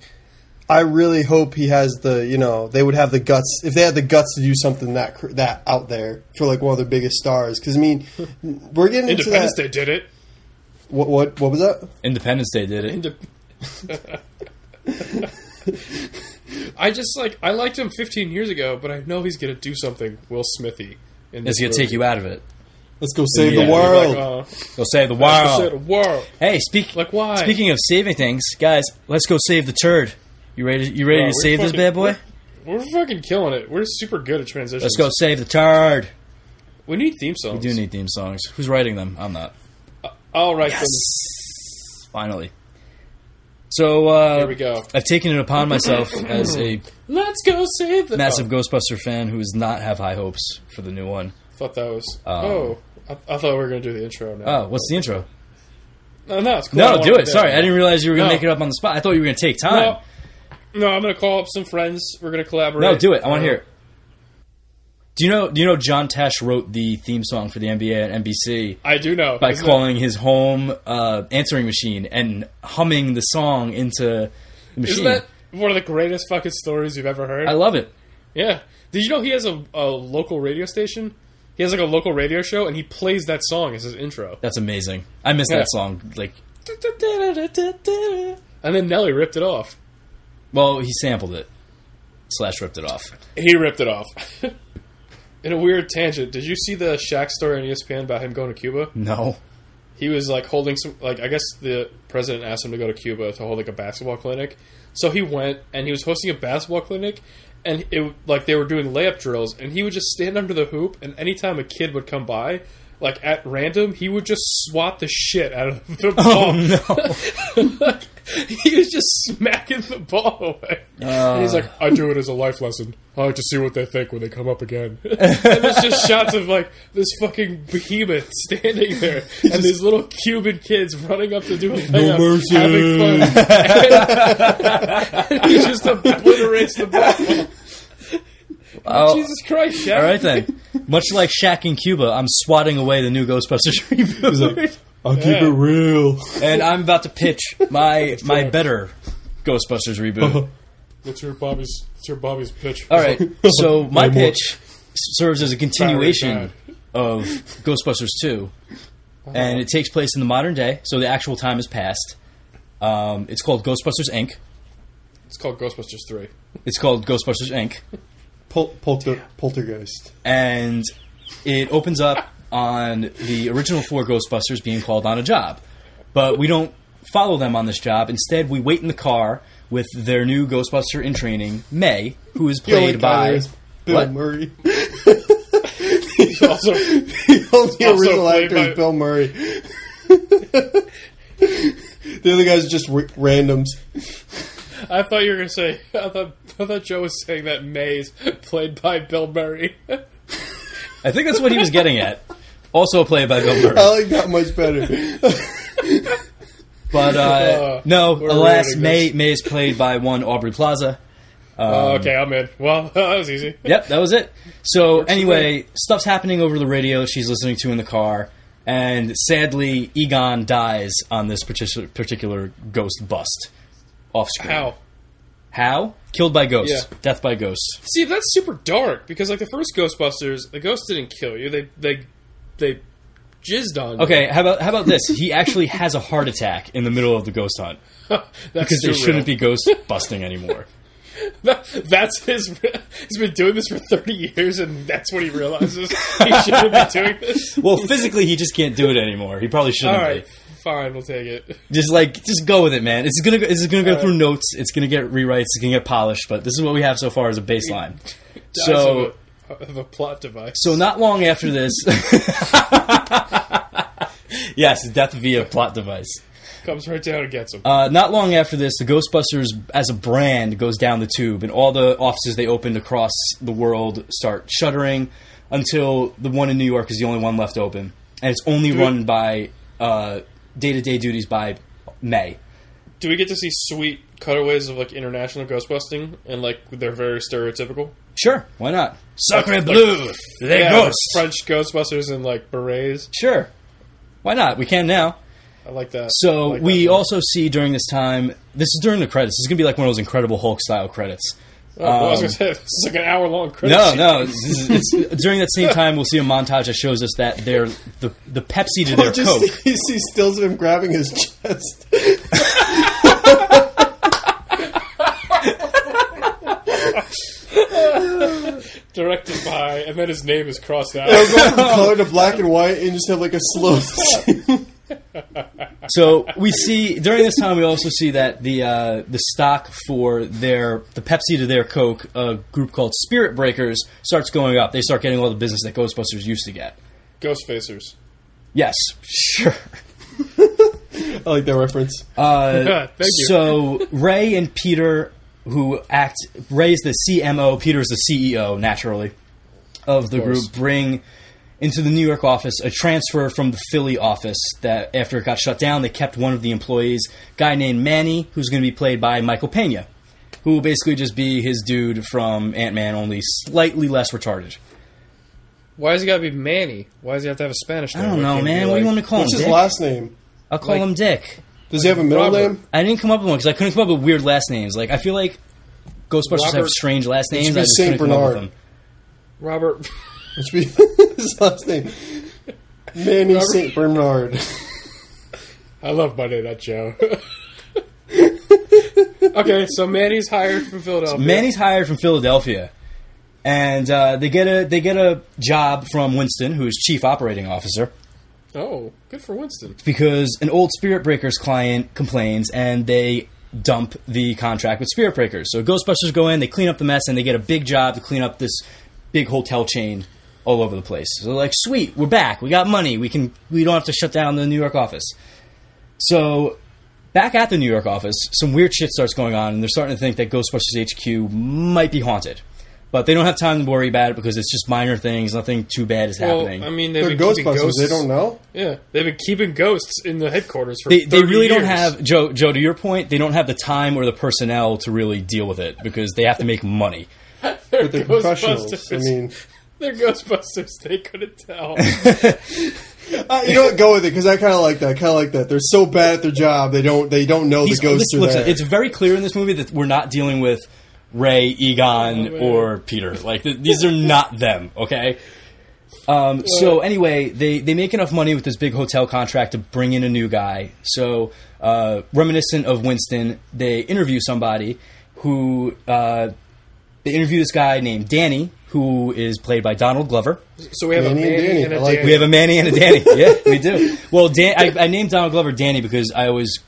[SPEAKER 3] I really hope he has the. You know, they would have the guts if they had the guts to do something that cr- that out there for like one of their biggest stars. Because I mean, we're getting into
[SPEAKER 1] Independence
[SPEAKER 3] that.
[SPEAKER 1] Day did it.
[SPEAKER 3] What, what what was that?
[SPEAKER 2] Independence Day did it.
[SPEAKER 1] Inde- I just like I liked him 15 years ago, but I know he's gonna do something Will Smithy. In
[SPEAKER 2] It's gonna take you out of it.
[SPEAKER 3] Let's go save
[SPEAKER 2] Yeah.
[SPEAKER 3] the world.
[SPEAKER 1] uh,
[SPEAKER 2] Go save the
[SPEAKER 1] wow!
[SPEAKER 2] world.
[SPEAKER 1] World.
[SPEAKER 2] Hey, speak.
[SPEAKER 1] Like, why?
[SPEAKER 2] Speaking of saving things, guys, let's go save the turd. You ready? You ready
[SPEAKER 1] We're
[SPEAKER 2] to save this
[SPEAKER 1] fucking-
[SPEAKER 2] bad boy?
[SPEAKER 1] We're, we're fucking killing it. We're super good at transitions.
[SPEAKER 2] Let's go save the turd.
[SPEAKER 1] We need theme songs.
[SPEAKER 2] We do need theme songs. Who's writing them? I'm not.
[SPEAKER 1] All right, then.
[SPEAKER 2] Finally. So uh,
[SPEAKER 1] Here we go.
[SPEAKER 2] I've taken it upon myself as a
[SPEAKER 1] Let's go save the.
[SPEAKER 2] massive
[SPEAKER 1] Oh,
[SPEAKER 2] Ghostbuster fan who does not have high hopes for the new one.
[SPEAKER 1] I thought that was. oh, I, I thought we were gonna do the intro now.
[SPEAKER 2] Um, Oh, what's the intro?
[SPEAKER 1] no, no, it's cool. I
[SPEAKER 2] No,
[SPEAKER 1] don't
[SPEAKER 2] do
[SPEAKER 1] wanna
[SPEAKER 2] it. Sorry, I didn't realize you were gonna
[SPEAKER 1] No.
[SPEAKER 2] make it up on the spot. I thought you were gonna take time.
[SPEAKER 1] No, no, I'm gonna call up some friends. We're gonna collaborate. Uh,
[SPEAKER 2] No, do it. I want to hear. it. Do you know? Do you know? John Tesh wrote the theme song for the NBA and NBC
[SPEAKER 1] I do know
[SPEAKER 2] by
[SPEAKER 1] Isn't it-
[SPEAKER 2] calling his home uh, answering machine and humming the song into the
[SPEAKER 1] Isn't
[SPEAKER 2] machine.
[SPEAKER 1] that one of the greatest fucking stories you've ever heard?
[SPEAKER 2] I love it.
[SPEAKER 1] yeah. Did you know he has a, a local radio station? He has like a local radio show, and he plays that song as his intro.
[SPEAKER 2] That's amazing. I miss
[SPEAKER 1] Yeah.
[SPEAKER 2] that song. Like,
[SPEAKER 1] And then Nelly ripped it off.
[SPEAKER 2] well, he sampled it slash ripped it off.
[SPEAKER 1] He ripped it off. In a weird tangent, did you see the Shaq story on E ESPN about him going to Cuba?
[SPEAKER 2] No.
[SPEAKER 1] He was like holding some, like I guess the president asked him to go to Cuba to hold like a basketball clinic, so he went and he was hosting a basketball clinic, and it like they were doing layup drills, and he would just stand under the hoop, and anytime a kid would come by. Like at random, he would just swat the shit out of the
[SPEAKER 2] Oh,
[SPEAKER 1] ball. Oh, he was just smacking the ball away. and
[SPEAKER 2] Uh.
[SPEAKER 1] he's like, I do it as a life lesson. I like to see what they think when they come up again. and it's just shots of like this fucking behemoth standing there and these little Cuban kids running up to do a layup,
[SPEAKER 2] mercy.
[SPEAKER 1] having fun. and he just obliterates the ball.
[SPEAKER 2] Oh.
[SPEAKER 1] Jesus Christ, Shaq.
[SPEAKER 2] All right then. Much like Shaq in Cuba, I'm swatting away the new Ghostbusters reboot,
[SPEAKER 3] I'll keep
[SPEAKER 1] oh, Yeah.
[SPEAKER 3] it real.
[SPEAKER 2] and I'm about to pitch my my better Ghostbusters reboot.
[SPEAKER 1] It's your Bobby's. It's your Bobby's pitch.
[SPEAKER 2] All right, so my
[SPEAKER 3] Way more.
[SPEAKER 2] pitch serves as a continuation of Ghostbusters Two, and it takes place in the modern day, so the actual time has passed. Um, it's called Ghostbusters Inc.
[SPEAKER 1] It's called Ghostbusters Three.
[SPEAKER 2] It's called Ghostbusters Inc.
[SPEAKER 3] Pol- polter- poltergeist.
[SPEAKER 2] and it opens up on the original four Ghostbusters being called on a job. But we don't follow them on this job. Instead, we wait in the car with their new Ghostbuster in training, May, who is
[SPEAKER 3] The only
[SPEAKER 2] played
[SPEAKER 3] guy there
[SPEAKER 2] by.
[SPEAKER 3] is Bill
[SPEAKER 2] What?
[SPEAKER 3] Murray.
[SPEAKER 1] Also,
[SPEAKER 3] The only
[SPEAKER 1] Also
[SPEAKER 3] original
[SPEAKER 1] played
[SPEAKER 3] actor
[SPEAKER 1] by-
[SPEAKER 3] is Bill Murray. the other guys are just r- randoms.
[SPEAKER 1] I thought you were gonna say. I thought, I thought Joe was saying that Maze played by Bill Murray. Oh,
[SPEAKER 2] I think that's what he was getting at. Also played by Bill
[SPEAKER 3] I
[SPEAKER 1] Oh.
[SPEAKER 2] Murray.
[SPEAKER 3] like that much better.
[SPEAKER 2] But uh,
[SPEAKER 1] Uh,
[SPEAKER 2] no,
[SPEAKER 1] we're
[SPEAKER 2] alas,
[SPEAKER 1] ruining
[SPEAKER 2] May,
[SPEAKER 1] this.
[SPEAKER 2] May is played by one Aubrey Plaza.
[SPEAKER 1] Oh,
[SPEAKER 2] Um,
[SPEAKER 1] okay, I'm in. Well, that was easy.
[SPEAKER 2] yep, that was it. So anyway, stuff's happening over the radio she's listening to in the car, and sadly, Egon dies on this particular particular ghost bust off screen.
[SPEAKER 1] How?
[SPEAKER 2] How? Killed by ghosts.
[SPEAKER 1] Yeah.
[SPEAKER 2] Death by ghosts.
[SPEAKER 1] See, that's super dark because like the first Ghostbusters, the ghost didn't kill you. They they they jizzed on. you.
[SPEAKER 2] Okay, how about how about this? He actually has a heart attack in the middle of the ghost hunt
[SPEAKER 1] that's
[SPEAKER 2] because
[SPEAKER 1] too
[SPEAKER 2] it shouldn't
[SPEAKER 1] real.
[SPEAKER 2] be ghost busting anymore.
[SPEAKER 1] that's his. He's been doing this for 30 years, and that's when he realizes he shouldn't be doing this.
[SPEAKER 2] well, physically, he just can't do it anymore. He probably shouldn't.
[SPEAKER 1] All
[SPEAKER 2] be.
[SPEAKER 1] right, fine, we'll take it.
[SPEAKER 2] Just like just go with it, man. It's gonna go, it's gonna go
[SPEAKER 1] right.
[SPEAKER 2] through notes. It's gonna get rewrites. It's gonna get polished. But this is what we have so far as a baseline. so
[SPEAKER 1] Dies of a, of a plot device.
[SPEAKER 2] so not long after this, yes, death via plot device.
[SPEAKER 1] comes right down and gets him.
[SPEAKER 2] Uh, not long after this, the Ghostbusters as a brand goes down the tube, and all the offices they opened across the world start shuttering until the one in New York is the only one left open, and it's only run by day to day duties by May.
[SPEAKER 1] Do we get to see sweet cutaways of like international ghost busting and like they're very stereotypical?
[SPEAKER 2] Sure, why not? Sacre
[SPEAKER 1] Like-
[SPEAKER 2] bleu, les
[SPEAKER 1] Yeah,
[SPEAKER 2] ghosts.
[SPEAKER 1] French Ghostbusters and like berets.
[SPEAKER 2] Sure, why not? We can now.
[SPEAKER 1] I like that.
[SPEAKER 2] So
[SPEAKER 1] I like
[SPEAKER 2] we
[SPEAKER 1] that.
[SPEAKER 2] also see during this time. This is during the credits. This is gonna be like one of those Incredible Hulk style credits.
[SPEAKER 1] Oh, well, I was
[SPEAKER 2] um,
[SPEAKER 1] gonna say this is like an hour long credit.
[SPEAKER 2] No,
[SPEAKER 1] sheet.
[SPEAKER 2] no. this is- it's, during that same time, we'll see a montage that shows us that they're the the Pepsi to their
[SPEAKER 3] You just
[SPEAKER 2] Coke.
[SPEAKER 3] see, you see stills of him grabbing his chest.
[SPEAKER 1] Directed by, and then his name is crossed out.
[SPEAKER 3] They'll go from color to black and white and just have like a slow.
[SPEAKER 2] So we see during this time, we also see that the uh, the stock for their the Pepsi to their Coke, a group called Spirit Breakers, starts going up. They start getting all the business that Ghostbusters used to get.
[SPEAKER 1] Ghost facers.
[SPEAKER 2] Yes, sure.
[SPEAKER 3] I like that reference.
[SPEAKER 2] Uh,
[SPEAKER 1] Thank you.
[SPEAKER 2] So Ray and Peter, who act Ray is the CMO, Peter is the CEO, naturally, of the
[SPEAKER 1] course.
[SPEAKER 2] group, bring into the New York office a transfer from the Philly office that after it got shut down, they kept one of the employees, guy named Manny, who's going to be played by Michael Pena, who will basically just be his dude from Ant Man, only slightly less retarded.
[SPEAKER 1] Why does he gotta be Manny? Why does he have to have a Spanish name?
[SPEAKER 2] I don't
[SPEAKER 1] Why
[SPEAKER 2] know,
[SPEAKER 1] can't he
[SPEAKER 2] man.
[SPEAKER 1] be,
[SPEAKER 2] What do you
[SPEAKER 1] like-
[SPEAKER 2] want to call
[SPEAKER 3] What's
[SPEAKER 2] him?
[SPEAKER 3] his
[SPEAKER 2] Dick?
[SPEAKER 3] last name?
[SPEAKER 2] I'll call
[SPEAKER 1] like-
[SPEAKER 2] him Dick.
[SPEAKER 3] Does he have a middle
[SPEAKER 1] Robert.
[SPEAKER 3] name?
[SPEAKER 2] I didn't come up with one because I couldn't come up with weird last names. Like I feel like Ghostbusters have
[SPEAKER 1] Robert-
[SPEAKER 2] strange last names.
[SPEAKER 3] should
[SPEAKER 2] I
[SPEAKER 3] be
[SPEAKER 2] just
[SPEAKER 3] Saint
[SPEAKER 2] couldn't come up with
[SPEAKER 3] Bernard.
[SPEAKER 2] them.
[SPEAKER 1] Robert.
[SPEAKER 3] It should be his last name. Manny St. Bernard.
[SPEAKER 1] I love Monday Night Joe. okay, so Manny's hired from Philadelphia.
[SPEAKER 2] Manny's hired from Philadelphia, and uh, they get a they get a job from Winston, who is chief operating officer,
[SPEAKER 1] Oh, good for Winston.
[SPEAKER 2] because an old Spirit Breakers client complains, and they dump the contract with Spirit Breakers. So Ghostbusters go in, they clean up the mess, and they get a big job to clean up this big hotel chain all over the place. So they're like, "Sweet, we're back. We got money. We can. We don't have to shut down the New York office." So back at the New York office, some weird shit starts going on, and they're starting to think that Ghostbusters HQ might be haunted. But they don't have time to worry about it because it's just minor things. Nothing too bad is
[SPEAKER 1] Well,
[SPEAKER 2] happening.
[SPEAKER 1] I mean, they've
[SPEAKER 3] They're
[SPEAKER 1] been keeping
[SPEAKER 3] Ghostbusters.
[SPEAKER 1] ghosts.
[SPEAKER 3] They don't know.
[SPEAKER 1] Yeah, they've been keeping ghosts in the headquarters for.
[SPEAKER 2] they, they
[SPEAKER 1] 30
[SPEAKER 2] really don't
[SPEAKER 1] years.
[SPEAKER 2] have Joe. Joe, to your point, they don't have the time or the personnel to really deal with it because they have to make money.
[SPEAKER 1] They're
[SPEAKER 3] But they're professionals. I
[SPEAKER 1] Ghostbusters.
[SPEAKER 3] mean,
[SPEAKER 1] they're Ghostbusters. They couldn't tell.
[SPEAKER 2] Uh,
[SPEAKER 3] I, you know what? Go with it because I kind of like that. Kind of like that. They're so bad at their job. They don't. They don't know
[SPEAKER 2] These-
[SPEAKER 3] the ghosts
[SPEAKER 2] this-
[SPEAKER 3] are
[SPEAKER 2] listen,
[SPEAKER 3] there.
[SPEAKER 2] it's very clear in this movie that we're not dealing with Ray, Egon,
[SPEAKER 1] Oh, man.
[SPEAKER 2] or Peter. Like th- these are not them. Okay. Um, so anyway, they, they make enough money with this big hotel contract to bring in a new guy. So uh, reminiscent of Winston, they interview somebody who uh, they interview this guy named Danny, who is played by Donald Glover.
[SPEAKER 1] So we have
[SPEAKER 3] Manny
[SPEAKER 1] a
[SPEAKER 3] and
[SPEAKER 1] Manny
[SPEAKER 3] Danny.
[SPEAKER 1] and a
[SPEAKER 3] I like
[SPEAKER 1] Danny.
[SPEAKER 2] We have a Manny and a Danny. Yeah, we do. Well, Dan, I, I named Donald Glover Danny because I always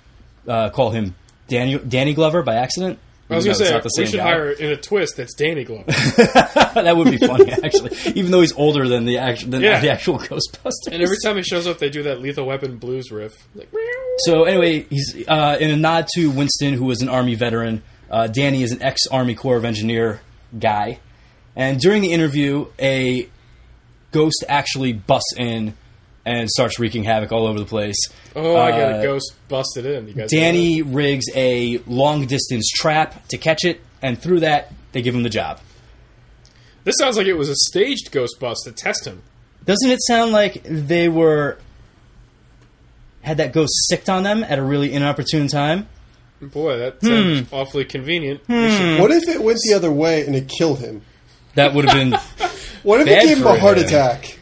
[SPEAKER 2] uh, call him Danny, Danny Glover by accident.
[SPEAKER 1] I was gonna
[SPEAKER 2] Even though
[SPEAKER 1] say
[SPEAKER 2] it's
[SPEAKER 1] we should hire in a twist. That's Danny Glover.
[SPEAKER 2] that would be funny, actually. Even though he's older than the actual than
[SPEAKER 1] Yeah.
[SPEAKER 2] the actual Ghostbusters.
[SPEAKER 1] and every time he shows up, they do that Lethal Weapon blues riff. Like, meow.
[SPEAKER 2] So anyway, he's uh, in a nod to Winston, who was an Army veteran. Uh, Danny is an ex-Army Corps of Engineer guy, and during the interview, a ghost actually busts in and starts wreaking havoc all over the place.
[SPEAKER 1] oh, I got
[SPEAKER 2] Uh,
[SPEAKER 1] a ghost busted in. You guys know
[SPEAKER 2] Danny rigs a long distance trap to catch it, and through that, they give him the job.
[SPEAKER 1] that. this sounds like it was a staged ghost bust to test him.
[SPEAKER 2] Doesn't it sound like they were had that ghost sicked on them at a really inopportune time?
[SPEAKER 1] Boy, that sounds
[SPEAKER 2] Hmm.
[SPEAKER 1] awfully convenient. We should-
[SPEAKER 3] what if it went the other way and it killed him?
[SPEAKER 2] That would have been
[SPEAKER 3] What if
[SPEAKER 2] Bad
[SPEAKER 3] it gave him
[SPEAKER 2] for
[SPEAKER 3] a heart
[SPEAKER 2] him.
[SPEAKER 3] attack?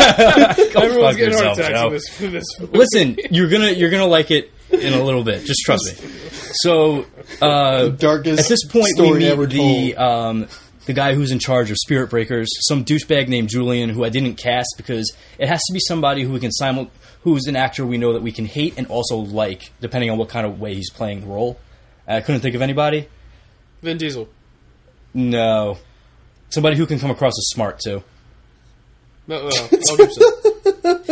[SPEAKER 1] Everyone's
[SPEAKER 2] fuck
[SPEAKER 1] getting
[SPEAKER 2] yourself,
[SPEAKER 1] heart attacks
[SPEAKER 2] Joe.
[SPEAKER 1] in this. In this movie.
[SPEAKER 2] listen. You're gonna you're gonna like it in a little bit. Just trust me. So uh,
[SPEAKER 3] Darkest
[SPEAKER 2] at this point,
[SPEAKER 3] story
[SPEAKER 2] we meet
[SPEAKER 3] ever
[SPEAKER 2] the
[SPEAKER 3] told.
[SPEAKER 2] um, the guy who's in charge of Spirit Breakers, some douchebag named Julian, who I didn't cast because it has to be somebody who we can simul- who's an actor we know that we can hate and also like, depending on what kind of way he's playing the role. I couldn't think of anybody.
[SPEAKER 1] Vin Diesel.
[SPEAKER 2] No, somebody who can come across as smart too.
[SPEAKER 1] No, no, Mel Gibson.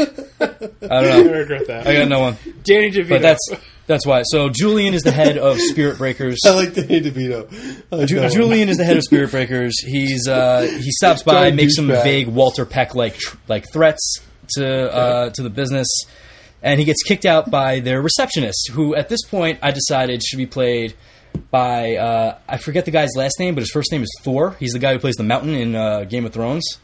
[SPEAKER 2] I don't
[SPEAKER 1] I
[SPEAKER 2] know.
[SPEAKER 1] regret that.
[SPEAKER 2] I got no one.
[SPEAKER 1] Danny DeVito.
[SPEAKER 2] But that's that's why. So Julian is the head of Spirit Breakers.
[SPEAKER 3] I like Danny DeVito. I like
[SPEAKER 2] Ju-
[SPEAKER 3] that one.
[SPEAKER 2] Julian is the head of Spirit Breakers. He's uh, he stops by,
[SPEAKER 3] Giant
[SPEAKER 2] makes some
[SPEAKER 3] douchebag.
[SPEAKER 2] vague Walter Peck like tr- like threats to uh, to the business, and he gets kicked out by their receptionist, who at this point I decided should be played by uh, I forget the guy's last name, but his first name is Thor. He's the guy who plays the Mountain in uh, Game of Thrones.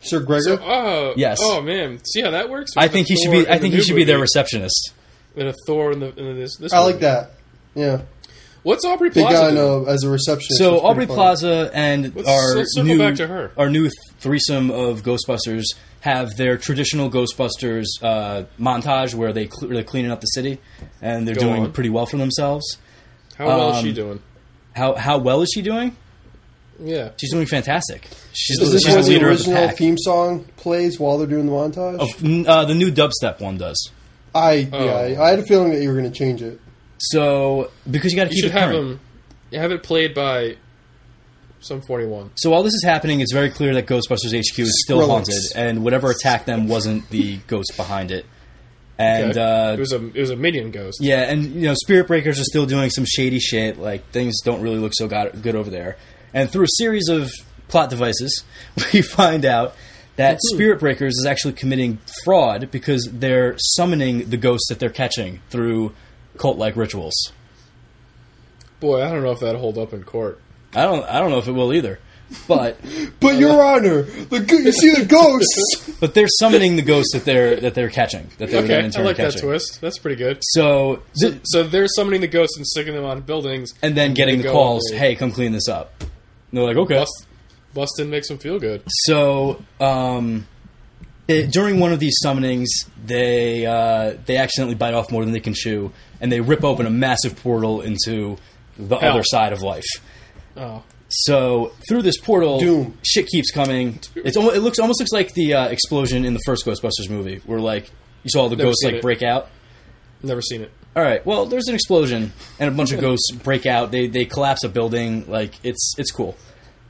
[SPEAKER 3] Sir Gregor.
[SPEAKER 1] Oh
[SPEAKER 2] Yes.
[SPEAKER 1] Oh man, see how that works.
[SPEAKER 2] I think he should be. I think he should be their receptionist.
[SPEAKER 1] And a Thor in the in this. this
[SPEAKER 3] I like
[SPEAKER 1] movie.
[SPEAKER 3] that. Yeah,
[SPEAKER 1] What's Aubrey
[SPEAKER 3] big
[SPEAKER 1] Plaza?
[SPEAKER 3] guy
[SPEAKER 1] doing?
[SPEAKER 3] know as a receptionist.
[SPEAKER 2] So
[SPEAKER 3] It's pretty
[SPEAKER 2] Aubrey
[SPEAKER 3] fun.
[SPEAKER 2] Plaza and
[SPEAKER 1] Let's-
[SPEAKER 2] our
[SPEAKER 1] let's circle
[SPEAKER 2] new
[SPEAKER 1] back to her.
[SPEAKER 2] our new threesome of Ghostbusters have their traditional Ghostbusters uh, montage where they cle they're cleaning up the city and they're
[SPEAKER 1] Go
[SPEAKER 2] doing
[SPEAKER 1] on.
[SPEAKER 2] pretty well for themselves.
[SPEAKER 1] How well is she
[SPEAKER 2] Um,
[SPEAKER 1] doing?
[SPEAKER 2] How how well is she doing?
[SPEAKER 1] Yeah.
[SPEAKER 2] She's doing fantastic. She's,
[SPEAKER 3] Is
[SPEAKER 2] she's
[SPEAKER 3] this
[SPEAKER 2] the
[SPEAKER 3] what the
[SPEAKER 2] leader of the
[SPEAKER 3] original
[SPEAKER 2] pack.
[SPEAKER 3] theme song plays while they're doing the montage?
[SPEAKER 2] Of- n- uh, the new dubstep one does.
[SPEAKER 3] I yeah,
[SPEAKER 1] Oh.
[SPEAKER 3] I, I had a feeling that you were going to change it.
[SPEAKER 2] So because you got to
[SPEAKER 1] You
[SPEAKER 2] keep
[SPEAKER 1] should
[SPEAKER 2] it
[SPEAKER 1] have
[SPEAKER 2] current.
[SPEAKER 1] him have it played by some forty one.
[SPEAKER 2] So while this is happening, it's very clear that Ghostbusters HQ is still
[SPEAKER 3] Skrillex.
[SPEAKER 2] haunted, and whatever attacked them wasn't the ghost behind it. And uh,
[SPEAKER 1] it was a it was a minion ghost.
[SPEAKER 2] Yeah, and you know, Spirit Breakers are still doing some shady shit. Like things don't really look so got- good over there. And through a series of plot devices, we find out that Spirit Breakers is actually committing fraud because they're summoning the ghosts that they're catching through cult-like rituals.
[SPEAKER 1] Boy, I don't know if that'll hold up in court.
[SPEAKER 2] I don't, I don't know if it will either, but
[SPEAKER 3] But
[SPEAKER 1] Uh,
[SPEAKER 3] Your Honor, the go- you see the ghosts.
[SPEAKER 2] but they're summoning the ghosts that they're that they're catching that they're then
[SPEAKER 1] Okay,
[SPEAKER 2] in
[SPEAKER 1] I
[SPEAKER 2] turn
[SPEAKER 1] like that
[SPEAKER 2] catching.
[SPEAKER 1] twist. That's pretty good.
[SPEAKER 2] So, th-
[SPEAKER 1] So they're summoning the ghosts and sticking them on buildings,
[SPEAKER 2] and then getting
[SPEAKER 1] they
[SPEAKER 2] the
[SPEAKER 1] go
[SPEAKER 2] calls,
[SPEAKER 1] away.
[SPEAKER 2] "Hey, come clean this up." And they're like, "Okay."
[SPEAKER 1] bust, busting makes them feel good.
[SPEAKER 2] So, um, it- during one of these summonings, they uh, they accidentally bite off more than they can chew, and they rip open a massive portal into the
[SPEAKER 1] Hell.
[SPEAKER 2] other side of life.
[SPEAKER 1] Oh,
[SPEAKER 2] So through this portal,
[SPEAKER 3] Doom.
[SPEAKER 2] shit keeps coming. It's almost, it looks almost looks like the uh, explosion in the first Ghostbusters movie, where like you saw all the
[SPEAKER 1] Never
[SPEAKER 2] ghosts
[SPEAKER 1] seen
[SPEAKER 2] like
[SPEAKER 1] it.
[SPEAKER 2] break out.
[SPEAKER 1] Never seen it.
[SPEAKER 2] All right, well, there's an explosion and a bunch of ghosts break out. They they collapse a building. Like it's it's cool.